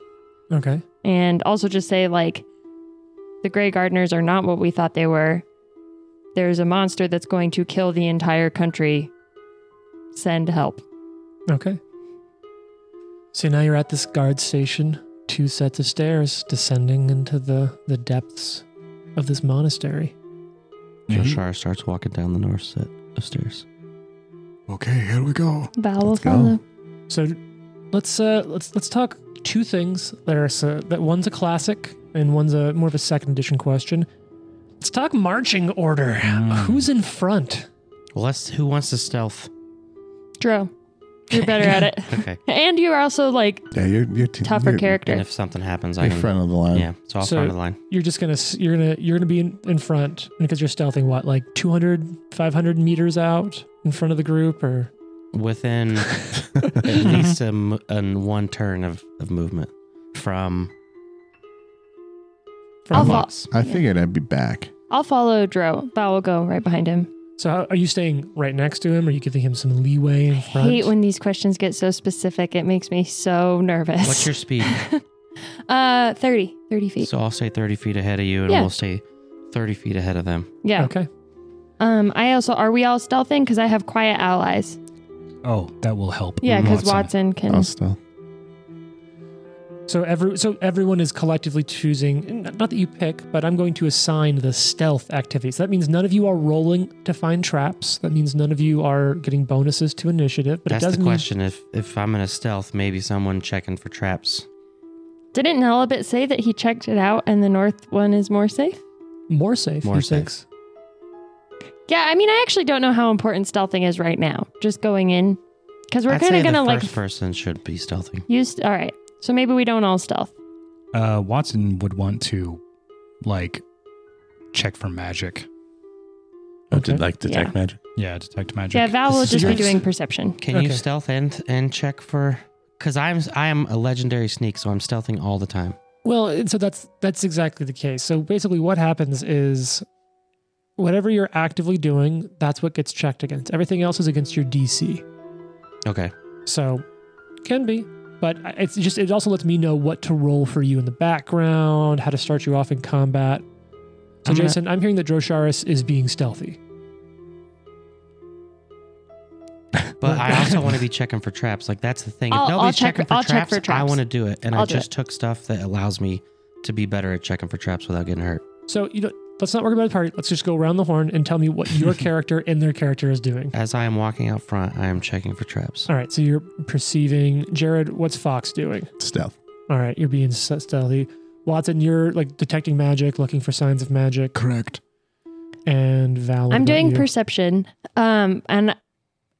S2: Okay.
S3: And also just say, like, the Grey Gardeners are not what we thought they were. There's a monster that's going to kill the entire country. Send help.
S2: Okay. So now you're at this guard station, two sets of stairs descending into the, the depths of this monastery.
S5: Joshar
S6: Mhm.
S5: starts walking down the north set of stairs.
S6: okay, here we go.
S3: Val will
S4: Let's go.
S3: follow.
S2: So let's uh let's let's talk two things that are so, that one's a classic and one's a more of a second edition question. Let's talk marching order. Who's in front?
S5: Well, that's who wants to stealth.
S3: Dro, you're better at it.
S2: *laughs*
S3: *laughs*
S5: Okay.
S3: And you're also like
S4: Yeah, you're you're t-
S3: tougher
S4: you're,
S3: character.
S5: And if something happens, I
S4: You're
S5: can.
S4: front of the line.
S5: Yeah, so I'll
S2: So-
S5: front of the line.
S2: You're just gonna s- you're gonna you're gonna be in, in front because you're stealthing what like 200 500 meters out in front of the group or *laughs*
S5: Within at least a, m- an one turn of, of movement from.
S2: from
S3: I'll
S2: the
S3: fo-
S2: box.
S4: I figured I'd be back.
S3: I'll follow Dro. Val will go right behind him.
S2: So how, are you staying right next to him? Or are you giving him some leeway in front?
S3: Hate when these questions get so specific. It makes me so nervous.
S5: What's your speed?
S3: *laughs* uh 30, 30 feet.
S5: so I'll say 30 feet ahead of you, and
S3: Yeah.
S5: we'll stay 30 feet ahead of them.
S3: yeah.
S2: Okay.
S3: Um I also are we all stealthing cuz I have quiet allies.
S1: Oh, that will help.
S3: Yeah, cuz Watson. can
S4: I'll still.
S2: So every so everyone is collectively choosing. Not that you pick, but I'm going to assign the stealth activities. That means none of you are rolling to find traps. That means none of you are getting bonuses to initiative. But it
S5: That's
S2: does
S5: the
S2: mean
S5: question. If if I'm in a stealth, maybe someone checking for traps.
S3: Didn't Nelibit say that he checked it out and the north one is more safe?
S2: more safe.
S5: More
S2: you
S5: safe.
S2: think?
S3: Yeah, I mean, I actually don't know how important stealthing is right now. Just going in, because we're
S5: I'd
S3: kind
S5: say
S3: of gonna
S5: the
S3: like
S5: first person should be stealthy.
S3: use. All right, so maybe we don't all stealth.
S1: Uh, Watson would want to like check for magic.
S7: Oh,
S2: Okay.
S7: did like detect
S3: Yeah.
S7: magic?
S1: Yeah, detect magic.
S3: Yeah, Val will
S2: This
S3: just
S2: is
S3: be
S2: yours.
S3: doing perception.
S5: Can you
S2: Okay.
S5: stealth and and check for? Because I'm I am a legendary sneak, so I'm stealthing all the time.
S2: Well, and so that's that's exactly the case. So basically, what happens is whatever you're actively doing, that's what gets checked against. Everything else is against your DC.
S5: Okay.
S2: So can be, but it's just it also lets me know what to roll for you in the background, how to start you off in combat. So
S5: I'm gonna-
S2: Jason, I'm hearing that Drosharis is being stealthy. *laughs*
S5: But I also want to be checking for traps. Like that's the thing. If
S3: I'll- I'll
S5: nobody's
S3: check-
S5: checking for,
S3: I'll check
S5: traps,
S3: for
S5: I
S3: traps.
S5: want to do it, and i
S3: I'll do
S5: just took stuff that allows me to be better at checking for traps without getting hurt.
S2: So you know, let's not worry about the party. Let's just go around the horn and tell me what your character and their character is doing.
S5: As I am walking out front, I am checking for traps.
S2: All right, so you're perceiving Jared. What's Fox doing?
S4: Stealth.
S2: All right, you're being s- stealthy. Watson, you're like detecting magic, looking for signs of magic,
S6: Correct.
S2: and Val. what
S3: I'm
S2: about
S3: doing
S2: you?
S3: perception, um, and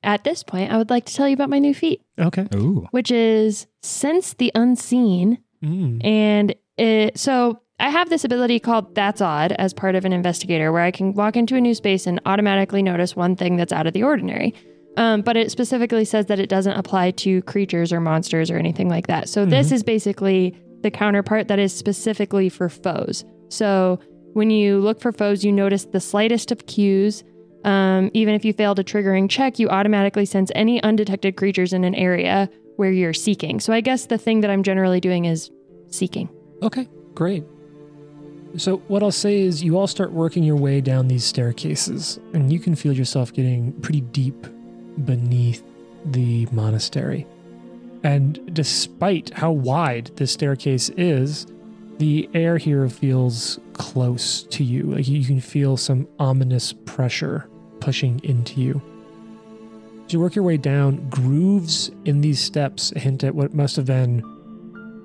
S3: at this point, I would like to tell you about my new feat,
S2: okay.
S1: Ooh.
S3: which is sense the unseen.
S2: Mm.
S3: And it, so I have this ability called That's Odd as part of an investigator where I can walk into a new space and automatically notice one thing that's out of the ordinary. Um, but it specifically says that it doesn't apply to creatures or monsters or anything like that. So this is basically the counterpart that is specifically for foes. So when you look for foes, you notice the slightest of cues. Um, even if you failed a triggering check, you automatically sense any undetected creatures in an area where you're seeking. So I guess the thing that I'm generally doing is seeking.
S2: Okay, great. So what I'll say is, you all start working your way down these staircases, and you can feel yourself getting pretty deep beneath the monastery. And despite how wide this staircase is, the air here feels close to you. Like you you can feel some ominous pressure pushing into you. As you work your way down, grooves in these steps hint at what must have been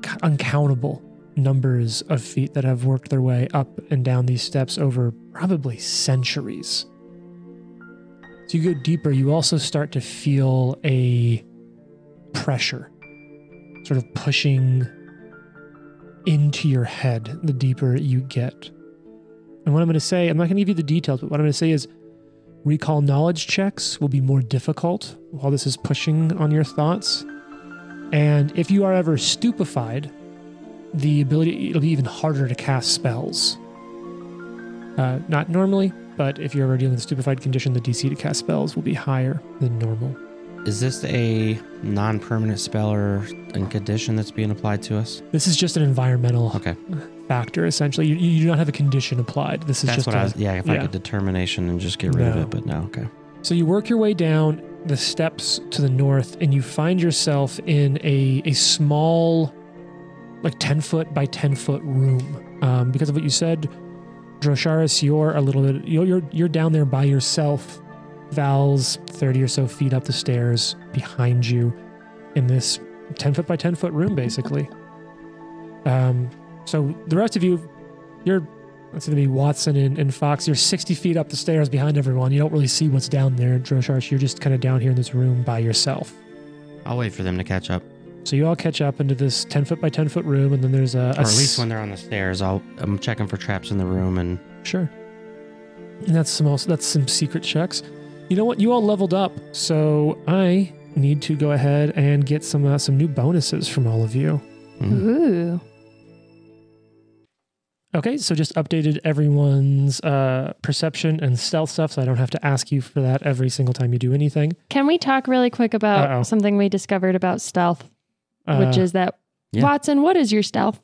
S2: c- uncountable numbers of feet that have worked their way up and down these steps over probably centuries. As you go deeper, you also start to feel a pressure sort of pushing into your head the deeper you get. And what I'm going to say, I'm not going to give you the details, but what I'm going to say is recall knowledge checks will be more difficult while this is pushing on your thoughts. And if you are ever stupefied, the ability it'll be even harder to cast spells. Uh, not normally, but if you're ever dealing with a stupefied condition, the DC to cast spells will be higher than normal.
S5: Is this a non-permanent spell or and condition that's being applied to us?
S2: This is just an environmental
S5: Okay,
S2: factor, essentially. You, you do not have a condition applied. This is
S5: that's
S2: just
S5: what
S2: a,
S5: I was. Yeah, if I
S2: yeah.
S5: could determination and just get rid of
S2: No.
S5: it, but no. Okay.
S2: So you work your way down the steps to the north, and you find yourself in a, a small, like 10 foot by 10 foot room. Um, because of what you said, Drosharis, you're a little bit, you're, you're, you're down there by yourself. Val's 30 or so feet up the stairs behind you in this 10 foot by 10 foot room, basically. Um, so the rest of you, you're it's going to be Watson and, and Fox. You're 60 feet up the stairs behind everyone. You don't really see what's down there. Drosharsh, you're just kind of down here in this room by yourself.
S5: I'll wait for them to catch up,
S2: So you all catch up into this 10 foot by 10 foot room, and then there's a.
S5: or at least when they're on the stairs, I'll. I'm checking for traps in the room, and
S2: Sure. And that's some also, that's some secret checks. You know what? You all leveled up, so I need to go ahead and get some uh, some new bonuses from all of you.
S4: Mm-hmm.
S3: Mm-hmm.
S5: mm,
S3: Ooh.
S2: Okay, so just updated everyone's uh, perception and stealth stuff, so I don't have to ask you for that every single time you do anything.
S3: Can we talk really quick about
S2: Uh-oh.
S3: something we discovered about stealth, which
S2: Uh,
S3: is that
S5: yeah.
S3: Watson, what is your stealth?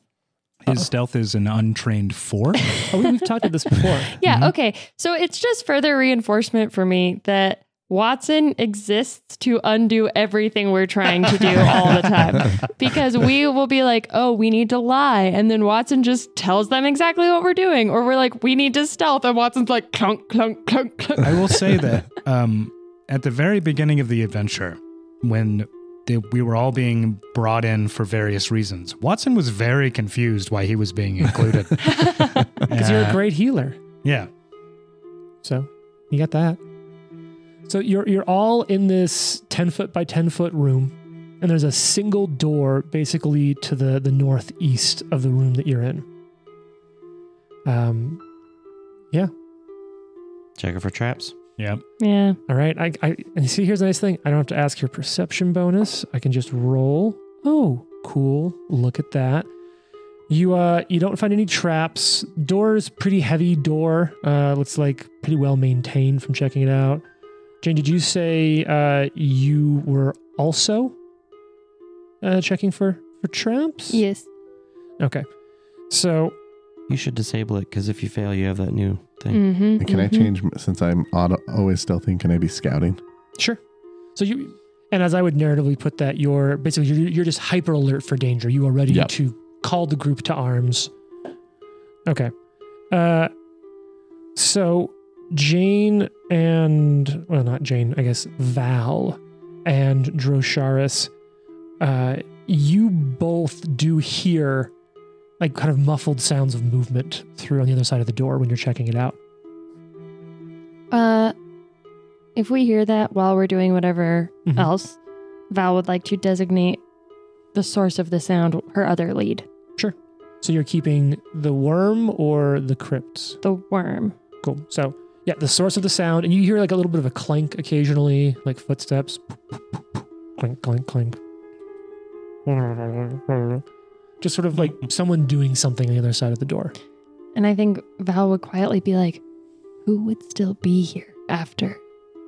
S1: His stealth is an untrained four.
S4: Mm-hmm.
S2: oh, we, we've talked about this before.
S3: Yeah,
S1: Mhm.
S3: okay. So it's just further reinforcement for me that Watson exists to undo everything we're trying to do all the
S4: *laughs*
S3: time because we will be like, oh, we need to lie. And then Watson just tells them exactly what we're doing. Or we're like, we need to stealth. And Watson's like, clunk, clunk, clunk, clunk.
S1: I will say that um, at the very beginning of the adventure, when they, we were all being brought in for various reasons, Watson was very confused why he was being
S2: *laughs*
S1: included. Uh,
S2: because you're a great healer.
S1: yeah.
S2: So you got that. So you're you're all in this ten foot by ten foot room, and there's a single door basically to the the northeast of the room that you're in. Um,
S5: Checking for traps.
S1: Yeah.
S3: Yeah.
S2: all right. I, I and see here's a nice thing. I don't have to ask your perception bonus. I can just roll. Oh, cool. Look at that. You uh you don't find any traps. Door is pretty heavy door. Uh looks like pretty well maintained from checking it out. Jane, did you say uh you were also uh checking for for traps?
S3: Yes.
S2: Okay. So
S5: You should disable it because if you fail, you have that new thing.
S3: Mm-hmm,
S4: And can I change since I'm auto, always stealthing? Can I be scouting?
S2: Sure. So you, and as I would narratively put that, you're basically you're, you're just hyper alert for danger. You are ready
S4: Yep.
S2: to call the group to arms. Okay. Uh, so Jane and well, not Jane, I guess Val and Drosharis, uh, you both do hear like kind of muffled sounds of movement through on the other side of the door when you're checking it out.
S3: Uh, if we hear that while we're doing whatever
S6: Mm-hmm.
S2: Mhm.
S3: else, Val would like to designate the source of the sound, her other lead,
S2: So you're keeping the worm or the crypts?
S3: the worm.
S2: Cool. So yeah, the source of the sound, and you hear like a little bit of a clank occasionally, like footsteps. Clink, clink, clink. Just sort of like someone doing something on the other side of the door.
S3: And I think Val would quietly be like, Who would still be here after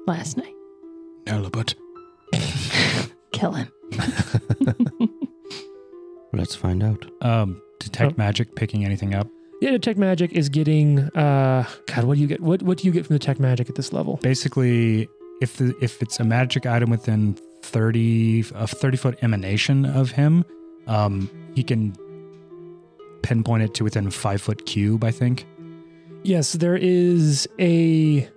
S3: last night?
S6: Halibut.
S3: Kill him.
S5: Let's find out.
S1: Um, detect
S2: Oh.
S1: magic, picking anything up.
S2: Yeah, detect magic is getting uh God, what do you get? What what do you get from detect magic at this level?
S1: Basically, if the, if it's a magic item within thirty a thirty foot emanation of him, um, he can pinpoint it to within five foot cube. I think.
S2: Yes, there is a.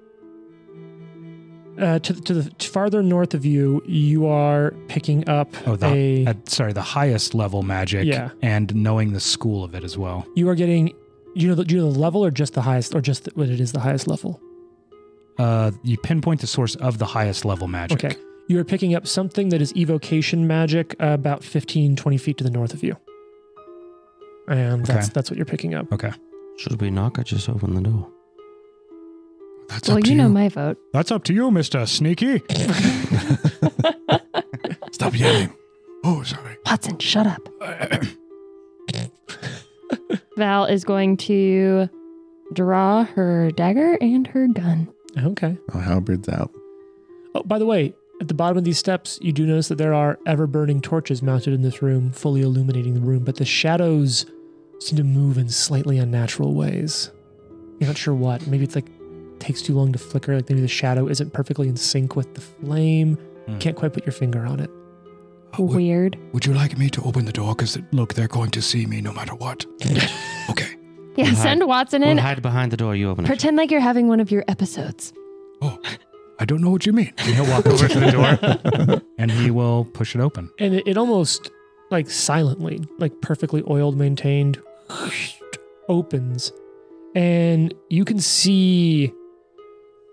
S2: Uh, to, to the farther north of you, you are picking up
S1: Oh, the,
S2: a.
S1: at- sorry, the highest level magic.
S2: Yeah.
S1: And knowing the school of it as well.
S2: You are getting. Do you know the, do you know the level or just the highest or just what it is the highest level?
S1: Uh, you pinpoint the source of the highest level magic.
S2: Okay. You are picking up something that is evocation magic uh, about 15, 20 feet to the north of you. And that's
S1: Okay.
S2: that's what you're picking up.
S1: Okay.
S5: Should we knock or just open the door?
S6: That's
S3: Well,
S6: up to
S3: you
S6: you.
S3: know
S6: *laughs*
S3: my vote.
S6: That's up to you, Mister Sneaky. Stop yelling. Oh,
S3: *coughs*
S6: sorry.
S3: Watson, shut up. Val is going to draw her dagger and her gun.
S2: Okay.
S4: Oh, halberds out.
S2: Oh, by the way, at the bottom of these steps, you do notice that there are ever burning torches mounted in this room, fully illuminating the room, but the shadows seem to move in slightly unnatural ways. You're not sure what. Maybe it's like takes too long to flicker, like maybe the shadow isn't perfectly in sync with the flame.
S1: Hmm.
S2: Can't quite put your finger on it.
S6: Oh, would,
S3: Weird.
S6: would you like me to open the door? Because look, they're going to see me no matter
S3: *laughs*
S6: what. okay.
S3: Yeah,
S5: We'll hide-
S3: send Watson in.
S5: we'll hide behind the door. You open it.
S3: Pretend like you're having one of your episodes.
S6: Oh, I don't know what you mean.
S1: And he'll walk over to the
S6: *laughs*
S1: door and he will push it open.
S2: and it, it almost like silently like perfectly oiled maintained *laughs* opens and you can see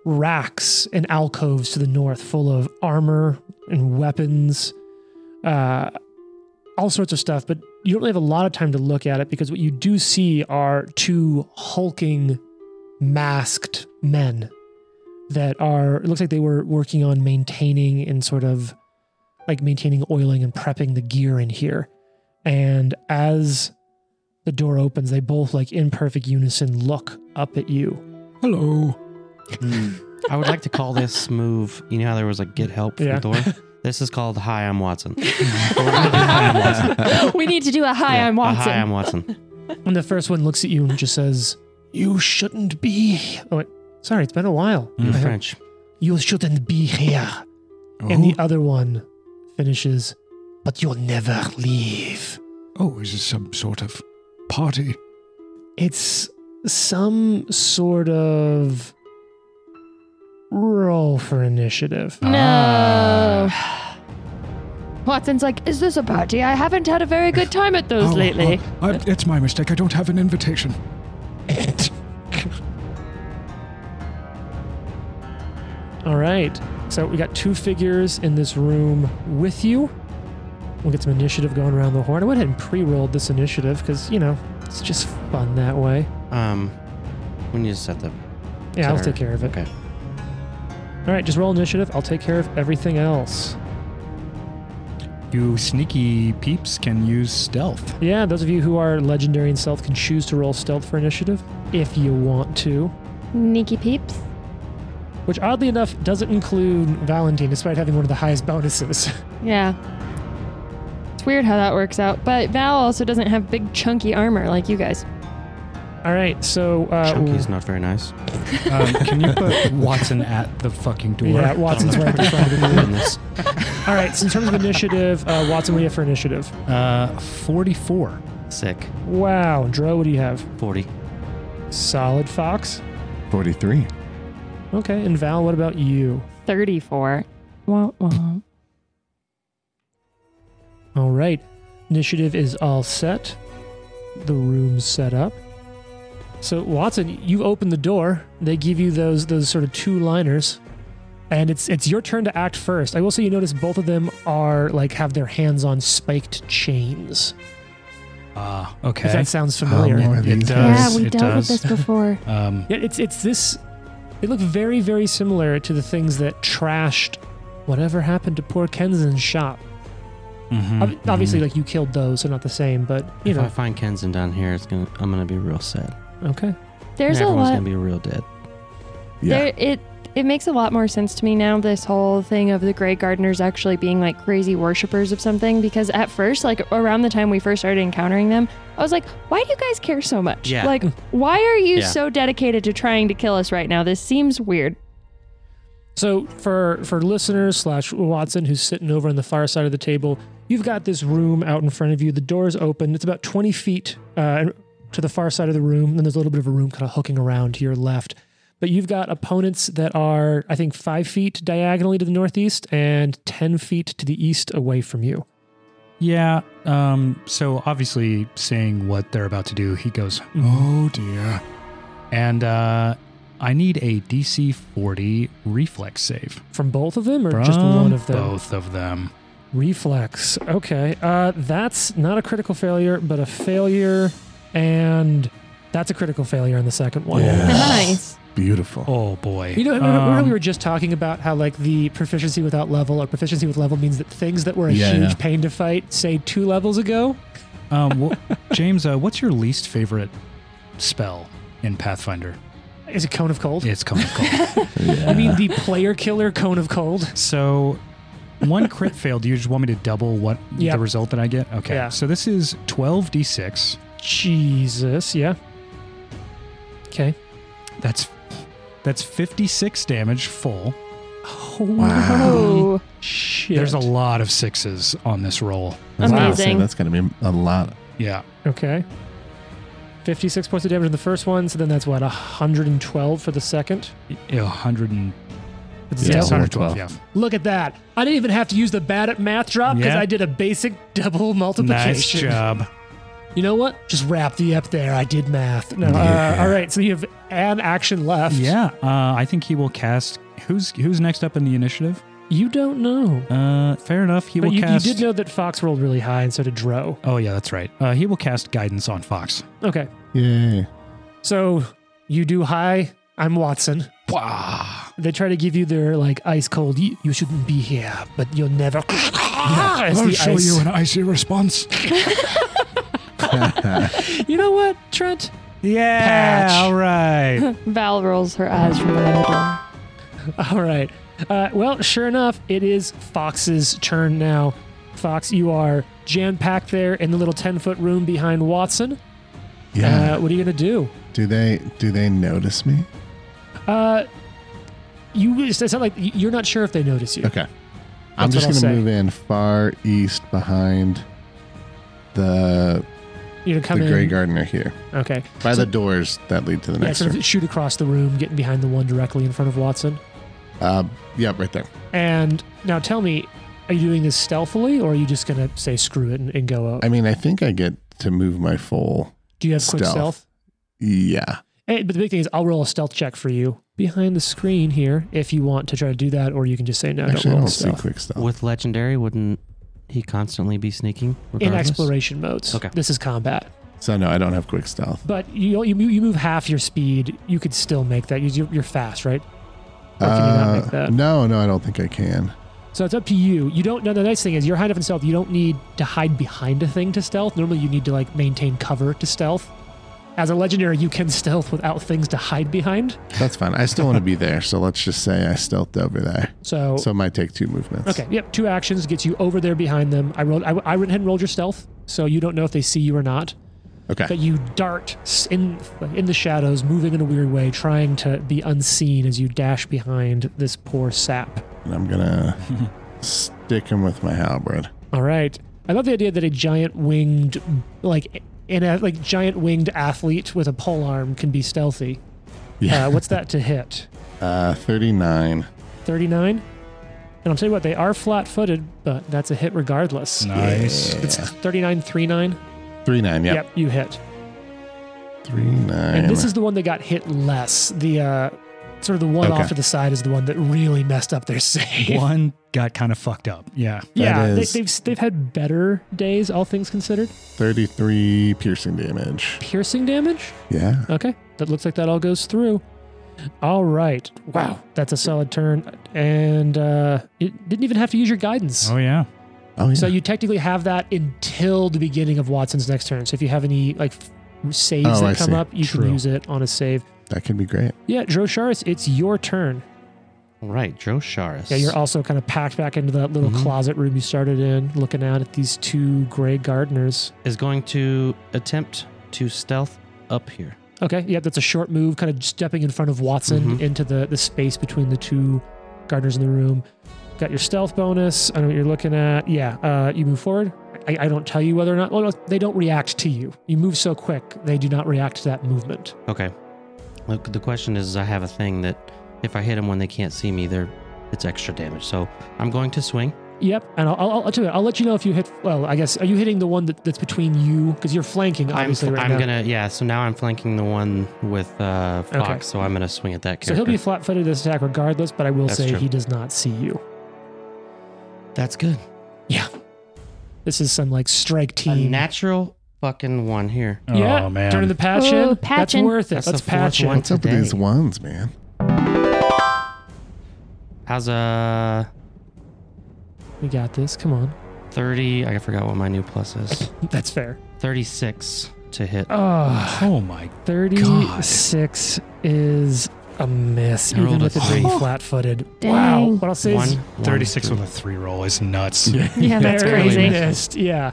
S2: racks and alcoves to the north full of armor and weapons uh all sorts of stuff but you don't really have a lot of time to look at it because what you do see are two hulking masked men that are it looks like they were working on maintaining and sort of like maintaining oiling and prepping the gear in here. And as the door opens, they both like in perfect unison look up at you.
S6: Hello.
S5: I would like to call this move. You know how there was like get help from
S2: Yeah. *laughs*
S5: the door. This is called Hi, I'm
S3: *laughs*
S5: Watson.
S3: we need to do a hi,
S5: Yeah,
S3: I'm
S5: a
S3: Watson.
S5: Hi, I'm
S2: *laughs*
S5: Watson.
S2: And the first one looks at you and just says, You shouldn't be. Oh, wait. Sorry, it's been a while.
S5: You're
S2: I-
S5: French.
S2: You shouldn't be here.
S6: Oh,
S2: And the other one finishes, But you'll never leave.
S6: oh, is this some sort of party?
S2: It's some sort of roll for initiative.
S3: No.
S5: Ah.
S3: Watson's like, is this a party? I haven't had a very good time at those
S6: Oh,
S3: lately.
S6: oh, I- it's my mistake. I don't have an invitation.
S2: All right. So we got two figures in this room with you. We'll get some initiative going around the horn. I went ahead and pre-rolled this initiative because you know it's just fun that way.
S5: Um, we need to set them.
S2: Yeah, I'll
S5: Sure.
S2: take care of it.
S5: Okay.
S2: All right, just roll initiative. I'll take care of everything else.
S1: You sneaky peeps can use stealth.
S2: Yeah, those of you who are legendary in stealth can choose to roll stealth for initiative if you want to.
S3: Sneaky peeps.
S2: Which oddly enough doesn't include Valentine, despite having one of the highest bonuses. *laughs*
S3: Yeah. It's weird how that works out. But Val also doesn't have big chunky armor like you guys.
S2: All right, so uh,
S5: Chunky's not
S2: *laughs*
S5: very nice.
S1: Um, can you put Watson at the fucking door?
S2: yeah, Watson's right at the front of the room.
S5: Goodness.
S2: *laughs* All right, so in terms of initiative, uh, Watson, what do you have for initiative?
S1: Uh, 44.
S5: Sick.
S2: Wow, Dro, what do you have?
S5: 40.
S2: Solid Fox.
S4: 43.
S2: Okay, and Val, what about you?
S3: 34. Wah, wah.
S2: All right, initiative is all set. The room's set up. So Watson, you open the door. They give you those those sort of two liners, and it's it's your turn to act first. I will say you notice both of them are like have their hands on spiked chains.
S1: Ah,
S2: If
S1: okay.
S2: that sounds familiar.
S4: more of
S1: It
S4: these.
S1: does.
S3: yeah, we
S1: it
S3: dealt
S1: does.
S3: with this
S5: *laughs*
S3: before.
S1: Um,
S2: Yeah, it's it's this. They look very very similar to the things that trashed whatever happened to poor Kenzen's shop.
S1: mhm,
S2: Ob- Obviously,
S1: mhm.
S2: like you killed those, so not the same, but you
S5: if I
S2: know.
S5: find Kenzen down here, it's gonna I'm gonna be real sad.
S2: Okay.
S3: There's a
S5: Everyone's
S3: lot.
S5: gonna be real dead.
S4: Yeah.
S3: There, it it makes a lot more sense to me now. This whole thing of the Grey Gardeners actually being like crazy worshippers of something, because at first, like around the time we first started encountering them, I was like, "Why do you guys care so much?
S5: Yeah.
S3: Like, why are you
S5: Yeah.
S3: so dedicated to trying to kill us right now? This seems weird."
S2: So for for listeners slash Watson, who's sitting over on the far side of the table, you've got this room out in front of you. The door's open. It's about twenty feet uh, to the far side of the room. And then there's a little bit of a room kind of hooking around to your left. But you've got opponents that are, I think, five feet diagonally to the northeast and ten feet to the east away from you.
S1: yeah. Um, so obviously, seeing what they're about to do, he goes,
S6: Oh dear.
S1: and uh, I need a DC 40 reflex save
S2: From both of them, or
S1: from
S2: just one of them?
S1: both of them.
S2: Reflex. Okay. Uh, that's not a critical failure, but a failure, and that's a critical failure on the second one.
S3: nice.
S4: Beautiful.
S1: Oh boy.
S2: You know, remember, remember
S1: Um,
S2: we were just talking about how like the proficiency without level or proficiency with level means that things that were a
S4: Yeah,
S2: huge
S4: yeah.
S2: pain to fight, say two levels ago.
S1: *laughs* um, wh- James, uh, what's your least favorite spell in Pathfinder?
S2: Is it cone of cold?
S1: It's Cone of Cold.
S4: Yeah.
S2: I mean, the player killer cone of cold.
S1: so one
S2: *laughs*
S1: crit failed. Do you just want me to double what
S2: Yeah.
S1: the result that I get? Okay.
S2: Yeah.
S1: So this is 12d6.
S2: Jesus, yeah. Okay.
S1: That's that's 56 damage full.
S2: Holy
S3: Oh,
S2: shit.
S1: There's a lot of sixes on this roll.
S4: That's what I was
S3: Amazing.
S4: saying. That's going to be a lot.
S1: Yeah.
S2: Okay. 56 points of damage in the first one, so then that's what, 112 for the second?
S1: Y- yeah, 100 and
S2: It's
S4: Yeah,
S2: double.
S1: 112.
S4: 112.
S1: Yeah.
S2: Look at that. I didn't even have to use the bad at math drop because
S1: Yeah.
S2: I did a basic double multiplication.
S1: Nice job.
S2: You know what? Just wrap the up there. I did math. No.
S4: Yeah.
S2: Uh, all right. So you have an action left.
S1: Yeah. Uh, I think he will cast. Who's who's next up in the initiative?
S2: You don't know.
S1: Uh, fair enough. He
S2: But
S1: will
S2: you, you
S1: cast.
S2: did know that Fox rolled really high and so did Dro.
S1: oh yeah, that's right. Uh, he will cast guidance on Fox.
S2: Okay.
S3: *laughs*
S4: Yay. *laughs*
S2: So you do high. I'm Watson.
S1: Wah.
S2: They try to give you their like ice cold. You, you shouldn't be here, but you'll never. *laughs* As
S6: I'll
S2: the
S6: show
S2: ice-
S6: you an icy response.
S2: *laughs* You know what, Trent?
S1: Yeah.
S2: Patch.
S1: All right.
S3: Val rolls her eyes from behind the door.
S2: All right. Uh, well, sure enough, it is Fox's turn now. Fox, you are jam packed there in the little 10 foot room behind Watson.
S4: Yeah.
S2: Uh, what are you going to do?
S4: do they do they notice me?
S2: Uh, you it's not like you're not sure if they notice you.
S4: Okay. I'm
S2: That's
S4: just
S2: what I'll
S4: going to
S2: say.
S4: move in far east behind the
S2: You're gonna come
S4: the
S2: in.
S4: Grey Gardener here,
S2: Okay.
S4: by
S2: So-
S4: the doors that lead to the
S2: Yeah,
S4: next
S2: sort
S4: room.
S2: of shoot across the room, getting behind the one directly in front of Watson.
S4: Uh, yeah, right there.
S2: And now tell me, are you doing this stealthily, or are you just gonna say screw it and, and go out?
S4: I mean, I think I get to move my full.
S2: Do you have quick
S4: stealth.
S2: stealth?
S4: Yeah.
S2: Hey, but the big thing is, I'll roll a stealth check for you behind the screen here if you want to try to do that, or you can just say no.
S4: Actually,
S2: don't
S4: I
S2: roll
S4: don't
S2: stealth.
S4: see quick stuff.
S5: With legendary, wouldn't he constantly be sneaking?
S2: in
S5: Regardless?
S2: exploration modes.
S5: Okay.
S2: This is combat,
S4: so no, I don't have quick stealth.
S2: but you you, you move half your speed. You could still make that. You're, you're fast, right? Or can you not make that?
S4: No, no, I don't think I can.
S2: So it's up to you. You don't. No, the nice thing is you're high enough in stealth. You don't need to hide behind a thing to stealth. Normally, you need to like maintain cover to stealth. As a legendary, you can *laughs* stealth without things to hide behind.
S4: That's fine. I still want to be there, so let's just say I stealthed over there.
S2: So,
S4: So it might take two movements.
S2: Oh. okay, yep, two actions gets you over there behind them. I rolled. I, I went ahead and rolled your stealth, so you don't know if they see you or not.
S4: Okay.
S2: But you dart s- in in the shadows, moving in a weird way, trying to be unseen as you dash behind this poor sap.
S4: And I'm gonna stick him with my halberd.
S2: All right. I love the idea that a giant winged, like, in a like giant winged athlete with a pole arm can be stealthy.
S4: Yeah.
S2: Uh, what's that to hit?
S4: Uh, 39.
S2: Thirty-nine. And I'll tell you what, they are flat-footed, but that's a hit regardless.
S1: Nice.
S2: It's thirty-nine, three nine.
S4: 39, yep.
S2: you hit.
S4: 39.
S2: And this is the one that got hit less. The uh, sort of the one
S4: Okay.
S2: off to the side is the one that really messed up
S1: *laughs*
S2: their *laughs* save.
S1: One got kind of fucked up. Yeah.
S2: Yeah,
S4: That
S2: they,
S4: is-
S2: they've they've had better days, all things considered.
S4: 33 piercing damage.
S2: Piercing damage.
S4: Yeah.
S2: Okay, that looks like that all goes through. All right. Wow, that's a solid turn, and uh, it didn't even have to use your guidance.
S1: Oh yeah.
S4: Oh, yeah.
S2: So you technically have that until the beginning of Watson's next turn. So if you have any like f- saves
S4: Oh,
S2: that
S4: I
S2: come
S4: see.
S2: up, you
S1: True.
S2: can use it on a save.
S4: that could be great.
S2: Yeah, Drosharis, it's your turn.
S5: Right, Joe Sharis.
S2: Yeah, you're also kind of packed back into that little
S5: Mhm.
S2: closet room you started in, looking out at these two gray gardeners.
S5: is going to attempt to stealth up here.
S2: Okay, yeah, that's a short move, kind of stepping in front of Watson
S5: Mhm.
S2: into the, the space between the two gardeners in the room. Got your stealth bonus. I know what you're looking at. Yeah, uh, you move forward. I, I don't tell you whether or not. Well, no, they don't react to you. You move so quick, they do not react to that movement.
S5: Okay. Look, the question is, is I have a thing that if I hit them when they can't see me, they're it's extra damage. So I'm going to swing.
S2: Yep, and I'll, I'll, I'll, I'll tell you. what, I'll let you know if you hit. Well, I guess are you hitting the one that, that's between you because you're flanking
S5: I'm
S2: obviously right
S5: I'm
S2: now.
S5: gonna yeah. So now I'm flanking the one with uh, Fox.
S2: Okay.
S5: So I'm gonna swing at that character.
S2: so he'll be flat-footed this attack regardless, but I will
S5: That's
S2: say
S5: true.
S2: he does not see you.
S5: That's good.
S2: This is some like strike
S5: A
S2: team.
S5: natural fucking one here.
S2: yeah,
S1: Oh man.
S2: turning the patch
S3: Ooh,
S2: in. That's
S3: patching.
S2: worth it.
S5: That's
S2: Let's
S5: the fourth
S2: patch in.
S5: one.
S4: What's up
S5: Today.
S4: with these ones, man?
S5: How's uh, a
S2: We got this. Come on. *laughs*
S5: thirty? I forgot what my new plus is.
S2: That's fair.
S5: Thirty-six to hit.
S2: Oh,
S1: Oh my.
S2: 36 is a miss,
S5: I rolled
S2: even
S5: a
S2: with it being
S5: three.
S2: flat footed.
S3: Dang.
S2: Wow. What I'll say
S5: One,
S2: is
S5: one,
S1: Thirty-six
S5: three.
S1: with a three roll is nuts.
S3: Yeah, that's
S2: barely
S3: crazy.
S2: missed. Yeah.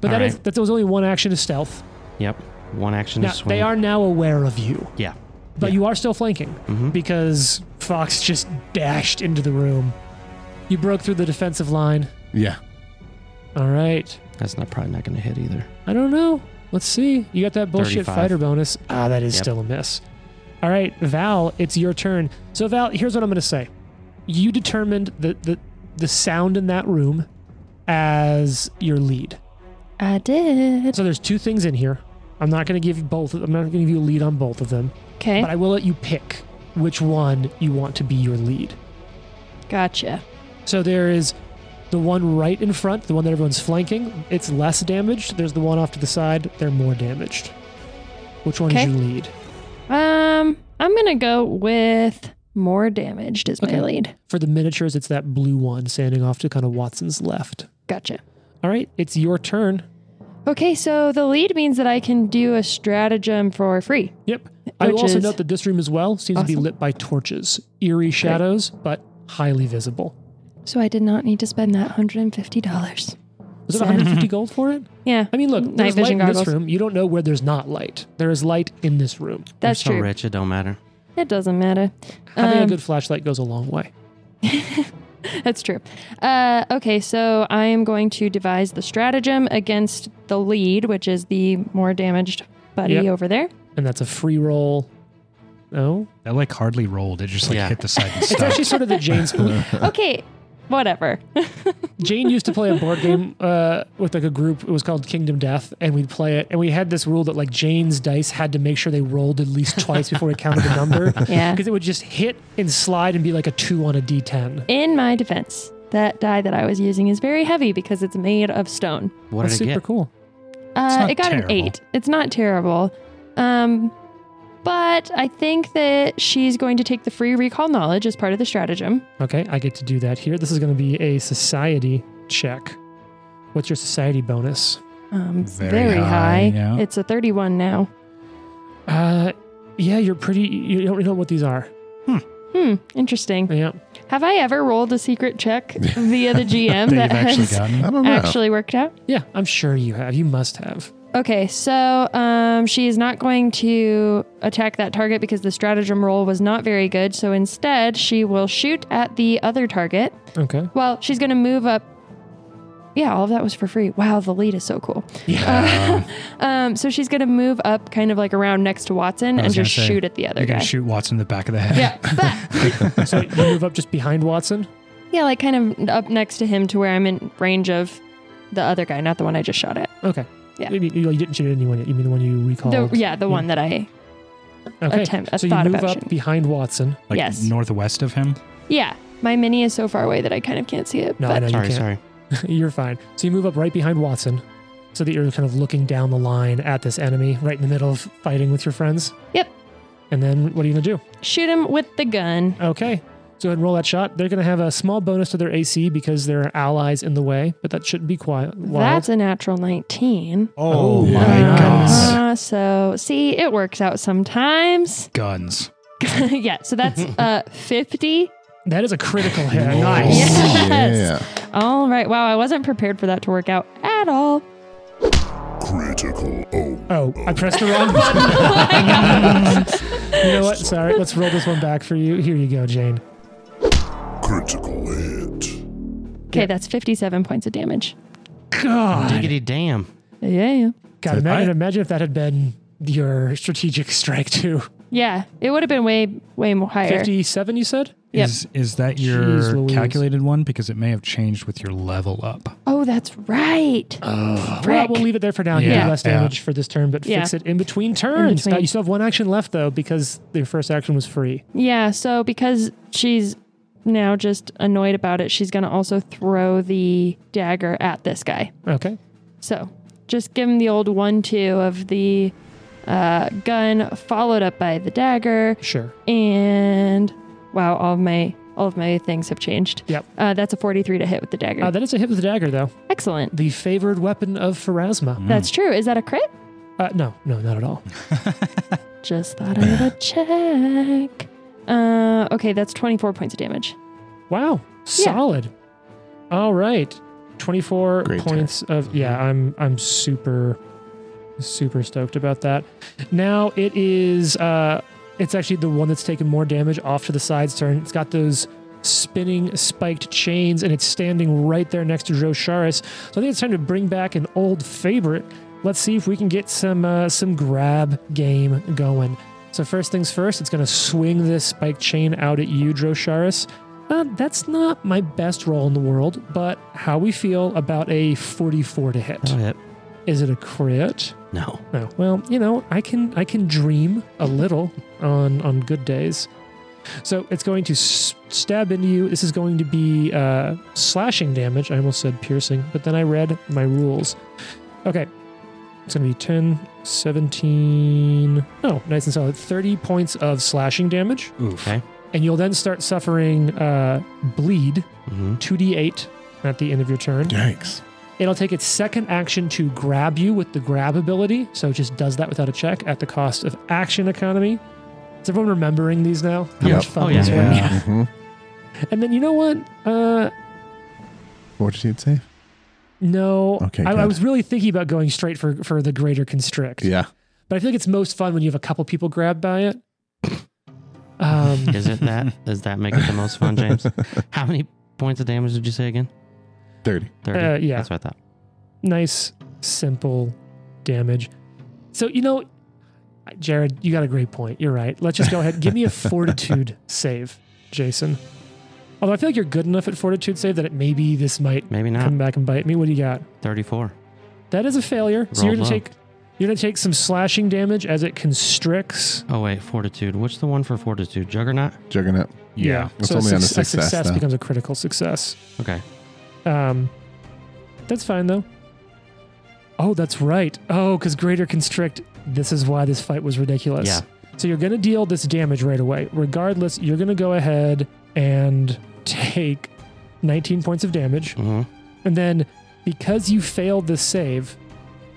S2: But
S5: All
S2: that is
S5: right.
S2: that was only one action to stealth.
S5: Yep. One action
S2: Now,
S5: to swing.
S2: they are now aware of you,
S5: Yeah.
S2: but you are still flanking
S5: Mhm.
S2: because Fox just dashed into the room. You broke through the defensive line.
S4: Yeah.
S2: All right.
S5: That's not probably not gonna hit either.
S2: I don't know. Let's see. You got that bullshit
S5: 35.
S2: fighter bonus. Ah, that is
S5: Yep.
S2: still a miss. All right, Val, it's your turn. So Val, here's what I'm going to say. You determined the, the the sound in that room as your lead.
S3: I did.
S2: So there's two things in here. I'm not going to give you both. I'm not going to give you a lead on both of them,
S3: Okay.
S2: but
S5: Eh.
S2: I will let you pick which one you want to be your lead.
S3: Gotcha.
S2: So there is the one right in front, the one that everyone's flanking. It's less damaged. There's the one off to the side. They're more damaged. Which one
S3: Okay.
S2: is your lead?
S3: Um, I'm gonna go with more damaged as my
S2: Okay.
S3: lead.
S2: For the miniatures, it's that blue one standing off to kind of Watson's left.
S3: Gotcha.
S2: All right, it's your turn.
S3: Okay, so the lead means that I can do a stratagem for free.
S2: Yep. I will
S3: Which
S2: also
S3: is-
S2: note that this room as well seems to be
S3: Awesome.
S2: lit by torches, eerie shadows, but highly visible.
S3: So I did not need to spend that $150.
S2: Was it
S3: Sad.
S2: 150 gold for it?
S3: Yeah.
S2: I mean, look,
S3: Night
S2: there's light
S3: vision
S2: in this
S3: goggles.
S2: room. You don't know where there's not light. There is light in this room.
S5: You're
S3: That's
S5: so
S3: true.
S5: rich it don't matter.
S3: It doesn't matter.
S2: Having a
S3: Um,
S2: good flashlight goes a long way.
S3: That's true. Uh, okay, so I am going to devise the stratagem against the lead, which is the more damaged buddy
S2: Yep. *laughs*
S3: over there.
S2: And that's a free roll. No?
S1: That like hardly rolled. It just like
S5: Yeah.
S1: hit the side and
S2: It's
S1: stopped.
S2: actually sort of the
S5: *laughs*
S2: Jane's
S3: Okay, whatever.
S2: Jane used to play a board game uh, with like a group. It was called Kingdom Death, and we'd play it. And we had this rule that like Jane's dice had to make sure they rolled at least twice before we counted the
S5: *laughs*
S2: number,
S3: yeah.
S2: because it would just hit and slide and be like a two on a d10.
S3: *laughs* In my defense, that die that I was using is very heavy because it's made of stone.
S5: What
S2: That's
S5: did it
S2: super
S5: get?
S2: cool.
S3: Uh,
S1: not
S3: it got
S1: terrible.
S3: an eight. It's not terrible. Um, but I think that she's going to take the free recall knowledge as part of the stratagem.
S2: Okay, I get to do that here. This is going to be a society check. What's your society bonus?
S3: Um, it's
S1: Very
S3: very,
S1: high,
S3: high.
S1: yeah.
S3: It's a 31 now.
S2: Uh, yeah, you're pretty. You don't know what these are.
S3: Hmm, interesting.
S2: Yeah,
S3: Have I ever rolled a secret check
S1: *laughs*
S3: via the GM
S1: that
S3: that
S1: you've actually
S3: has
S1: gotten.
S4: I don't know.
S3: actually worked out?
S2: yeah. I'm sure you have. You must have.
S3: Okay, so um, she is not going to attack that target because the stratagem roll was not very good. So instead, she will shoot at the other target.
S2: Okay.
S3: Well, she's going to move up. Yeah, all of that was for free. Wow, the lead is so cool.
S1: Um, *laughs*
S3: Um, so she's going to move up kind of like around next to Watson
S1: I
S3: and
S1: was
S3: just
S1: gonna say,
S3: shoot at the other
S1: you're
S3: guy.
S1: gonna shoot Watson in the back of the head.
S2: *laughs*
S3: Yeah, but,
S5: *laughs*
S2: So you move up just behind Watson.
S3: yeah, like kind of up next to him to where I'm in range of the other guy, not the one I just shot at.
S2: Okay.
S3: Yeah.
S2: You, mean- you didn't shoot anyone yet. You mean the one you recalled?
S3: The, yeah, the one that I.
S2: Okay.
S3: attempt- a
S2: so you
S3: thought
S2: move
S3: about
S2: up
S3: shooting.
S2: behind Watson.
S1: Like
S3: Yes.
S1: northwest of him.
S3: Yeah, my mini is so far away that I kind of can't see it.
S2: No, I
S3: but
S2: know you
S5: Sorry,
S2: can't.
S5: sorry.
S2: *laughs* You're fine. So you move up right behind Watson, so that you're kind of looking down the line at this enemy, right in the middle of fighting with your friends.
S3: Yep.
S2: And then what are you gonna do?
S3: shoot him with the gun.
S2: Okay. So go ahead and roll that shot. They're gonna have a small bonus to their AC because there are allies in the way, but that shouldn't be quiet. Wild.
S3: That's a natural 19.
S1: Oh,
S2: my
S1: my
S2: Uh,
S1: guns.
S3: Uh-huh. So, see, it works out sometimes. *laughs*
S1: Guns.
S3: yeah,
S2: *laughs*
S3: so that's uh 50.
S2: that is a critical
S5: *laughs*
S2: hit.
S1: Nice.
S3: Yes. All right. Wow, I wasn't prepared for that to work out at all.
S7: Critical. Oh,
S2: Oh, I pressed the
S3: *laughs*
S2: wrong button. *laughs*
S3: Oh
S2: you know what? Sorry. Let's roll this one back for you. Here you go, Jane.
S7: critical hit.
S3: Okay, that's 57 points of damage.
S2: God.
S5: Diggity damn.
S3: Yeah, yeah.
S2: God, imagine, imagine if that had been your strategic strike too.
S3: Yeah, it would have been way way more higher.
S2: 57, you said?
S3: Yep.
S1: Is is that
S2: Jeez
S1: your
S2: Louise.
S1: calculated one? Because it may have changed with your level up.
S3: Oh, that's right.
S2: Well,
S3: Frick.
S2: we'll leave it there for now. You
S1: Yeah.
S2: have less
S1: Yeah.
S2: damage for this turn, but fix
S3: Yeah.
S2: it in between turns.
S3: between.
S2: Now, you still have one action left though, because your first action was free.
S3: Yeah, so because she's now just annoyed about it, she's going to also throw the dagger at this guy.
S2: Okay.
S3: So just give him the old one two of the uh, gun, followed up by the dagger,
S2: Sure.
S3: and wow, all of my all of my things have changed.
S2: Yep.
S3: Uh, that's a forty-three to hit with the dagger.
S2: Uh, that is a hit with the dagger though.
S3: Excellent.
S2: The favored weapon of Pharasma.
S3: That's true. Is that a crit?
S2: Uh, no, no, not at all.
S3: Just thought I would check. Uh, okay, that's twenty-four points of damage.
S2: Wow. Solid. All right. 24
S5: Great
S2: points of yeah, I'm I'm super super stoked about that. Now it is uh it's actually the one that's taken more damage off to the side's turn. It's got those spinning spiked chains and it's standing right there next to Joe Sharis. So I think it's time to bring back an old favorite. Let's see if we can get some uh, some grab game going. So first things first, it's going to swing this spiked chain out at you, Drosharis. Uh, that's not my best roll in the world, but how we feel about a 44 to hit.
S5: That'll hit.
S2: Is it a crit?
S5: No.
S2: No. Well, you know, I can I can dream a little on on good days. So it's going to s- stab into you. This is going to be uh, slashing damage. I almost said piercing, but then I read my rules. Okay. It's going to be 10, 17. Oh, nice and solid. 30 points of slashing damage.
S1: Oof.
S5: Okay.
S2: And you'll then start suffering uh, bleed,
S5: hmm
S2: 2d8 at the end of your turn.
S4: Yikes.
S2: It'll take its second action to grab you with the grab ability, so it just does that without a check at the cost of action economy. Is everyone remembering these now? How
S4: Yep.
S2: much fun
S5: Oh, yeah.
S2: these were?
S1: Yeah.
S4: Mm-hmm.
S2: And then you know what? Uh,
S4: Fortitude save?
S2: no,
S4: Okay,
S2: I, I
S4: good.
S2: was really thinking about going straight for for the greater constrict,
S4: Yeah.
S2: but I feel like it's most fun when you have a couple people grabbed by it. Um,
S5: Is
S2: *laughs*
S5: it that? Does that make it the most fun, James? How many points of damage did you say again?
S4: 30.
S5: 30.
S2: Uh, yeah.
S5: That's what I thought.
S2: nice, simple damage. So, you know, Jared, you got a great point. You're right. Let's just go ahead. Give me a fortitude save, Jason. Although I feel like you're good enough at fortitude save that it maybe this might
S5: Maybe not.
S2: come back and bite me. What do you got?
S5: 34.
S2: That is a failure. So you're
S5: Rolled
S2: gonna
S5: low.
S2: take you're gonna take some slashing damage as it constricts.
S5: Oh, wait. Fortitude. What's the one for fortitude? Juggernaut?
S4: Juggernaut.
S1: Yeah.
S4: It's
S2: so
S4: only
S2: a,
S4: on
S2: suc-
S4: a success, though.
S2: becomes a critical success.
S5: Okay.
S2: Um, that's fine though. Oh, that's right. Oh, because greater constrict. This is why this fight was ridiculous.
S5: Yeah.
S2: So you're gonna deal this damage right away. Regardless, you're gonna go ahead and take 19 points of damage,
S5: hmm
S2: and then because you failed the save,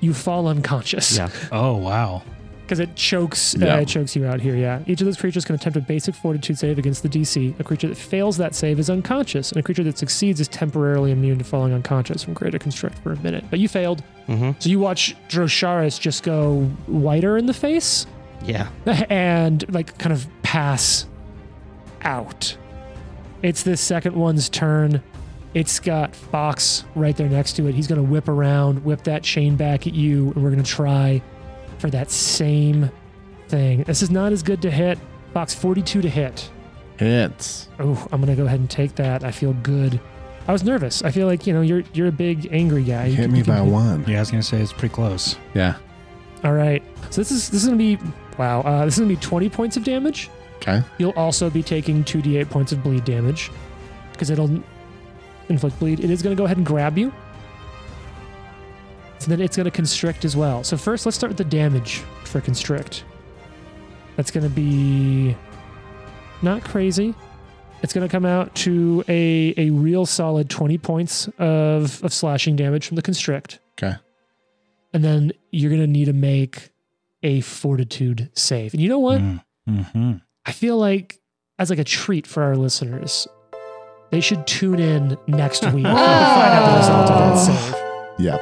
S2: you fall unconscious.
S5: Yeah.
S1: Oh wow.
S2: because it chokes
S4: Yeah.
S2: uh, it chokes you out here. Yeah, each of those creatures can attempt a basic fortitude save against the DC. A creature that fails that save is unconscious, and a creature that succeeds is temporarily immune to falling unconscious from Greater Constrict for a minute. But you failed,
S5: hmm
S2: so you watch Drosharis just go whiter in the face
S5: Yeah.
S2: *laughs* and like kind of pass out. It's this second one's turn. It's got Fox right there next to it. He's going to whip around, whip that chain back at you, and we're going to try for that same thing. This is not as good to hit. Fox 42 to hit.
S4: Hits.
S2: Oh, I'm going to go ahead and take that. I feel good. I was nervous. I feel like, you know, you're you're a big angry guy. You
S4: Hit
S2: can-
S4: me
S2: you can
S4: by
S2: hit-
S4: one.
S1: Yeah, I was gonna say it's pretty close.
S4: Yeah.
S2: All right. So this is this is going to be wow. Uh, this is going to be 20 points of damage.
S4: Okay.
S2: You'll also be taking 2d8 points of bleed damage because it'll inflict bleed. It is going to go ahead and grab you. So then it's going to constrict as well. So first, let's start with the damage for constrict. That's going to be not crazy. It's going to come out to a, a real solid 20 points of, of slashing damage from the constrict.
S4: Okay.
S2: And then you're going to need to make a fortitude save. And you know what?
S1: Mm-hmm.
S2: I feel like as like a treat for our listeners, they should tune in next week to find out the result of that save.
S4: Yep.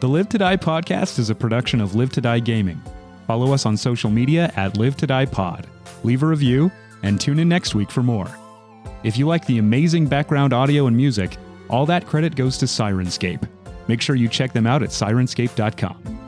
S8: The Live to Die podcast is a production of Live to Die Gaming. Follow us on social media at Live to Die Pod. Leave a review and tune in next week for more. If you like the amazing background audio and music, all that credit goes to Sirenscape. Make sure you check them out at sirenscape.com.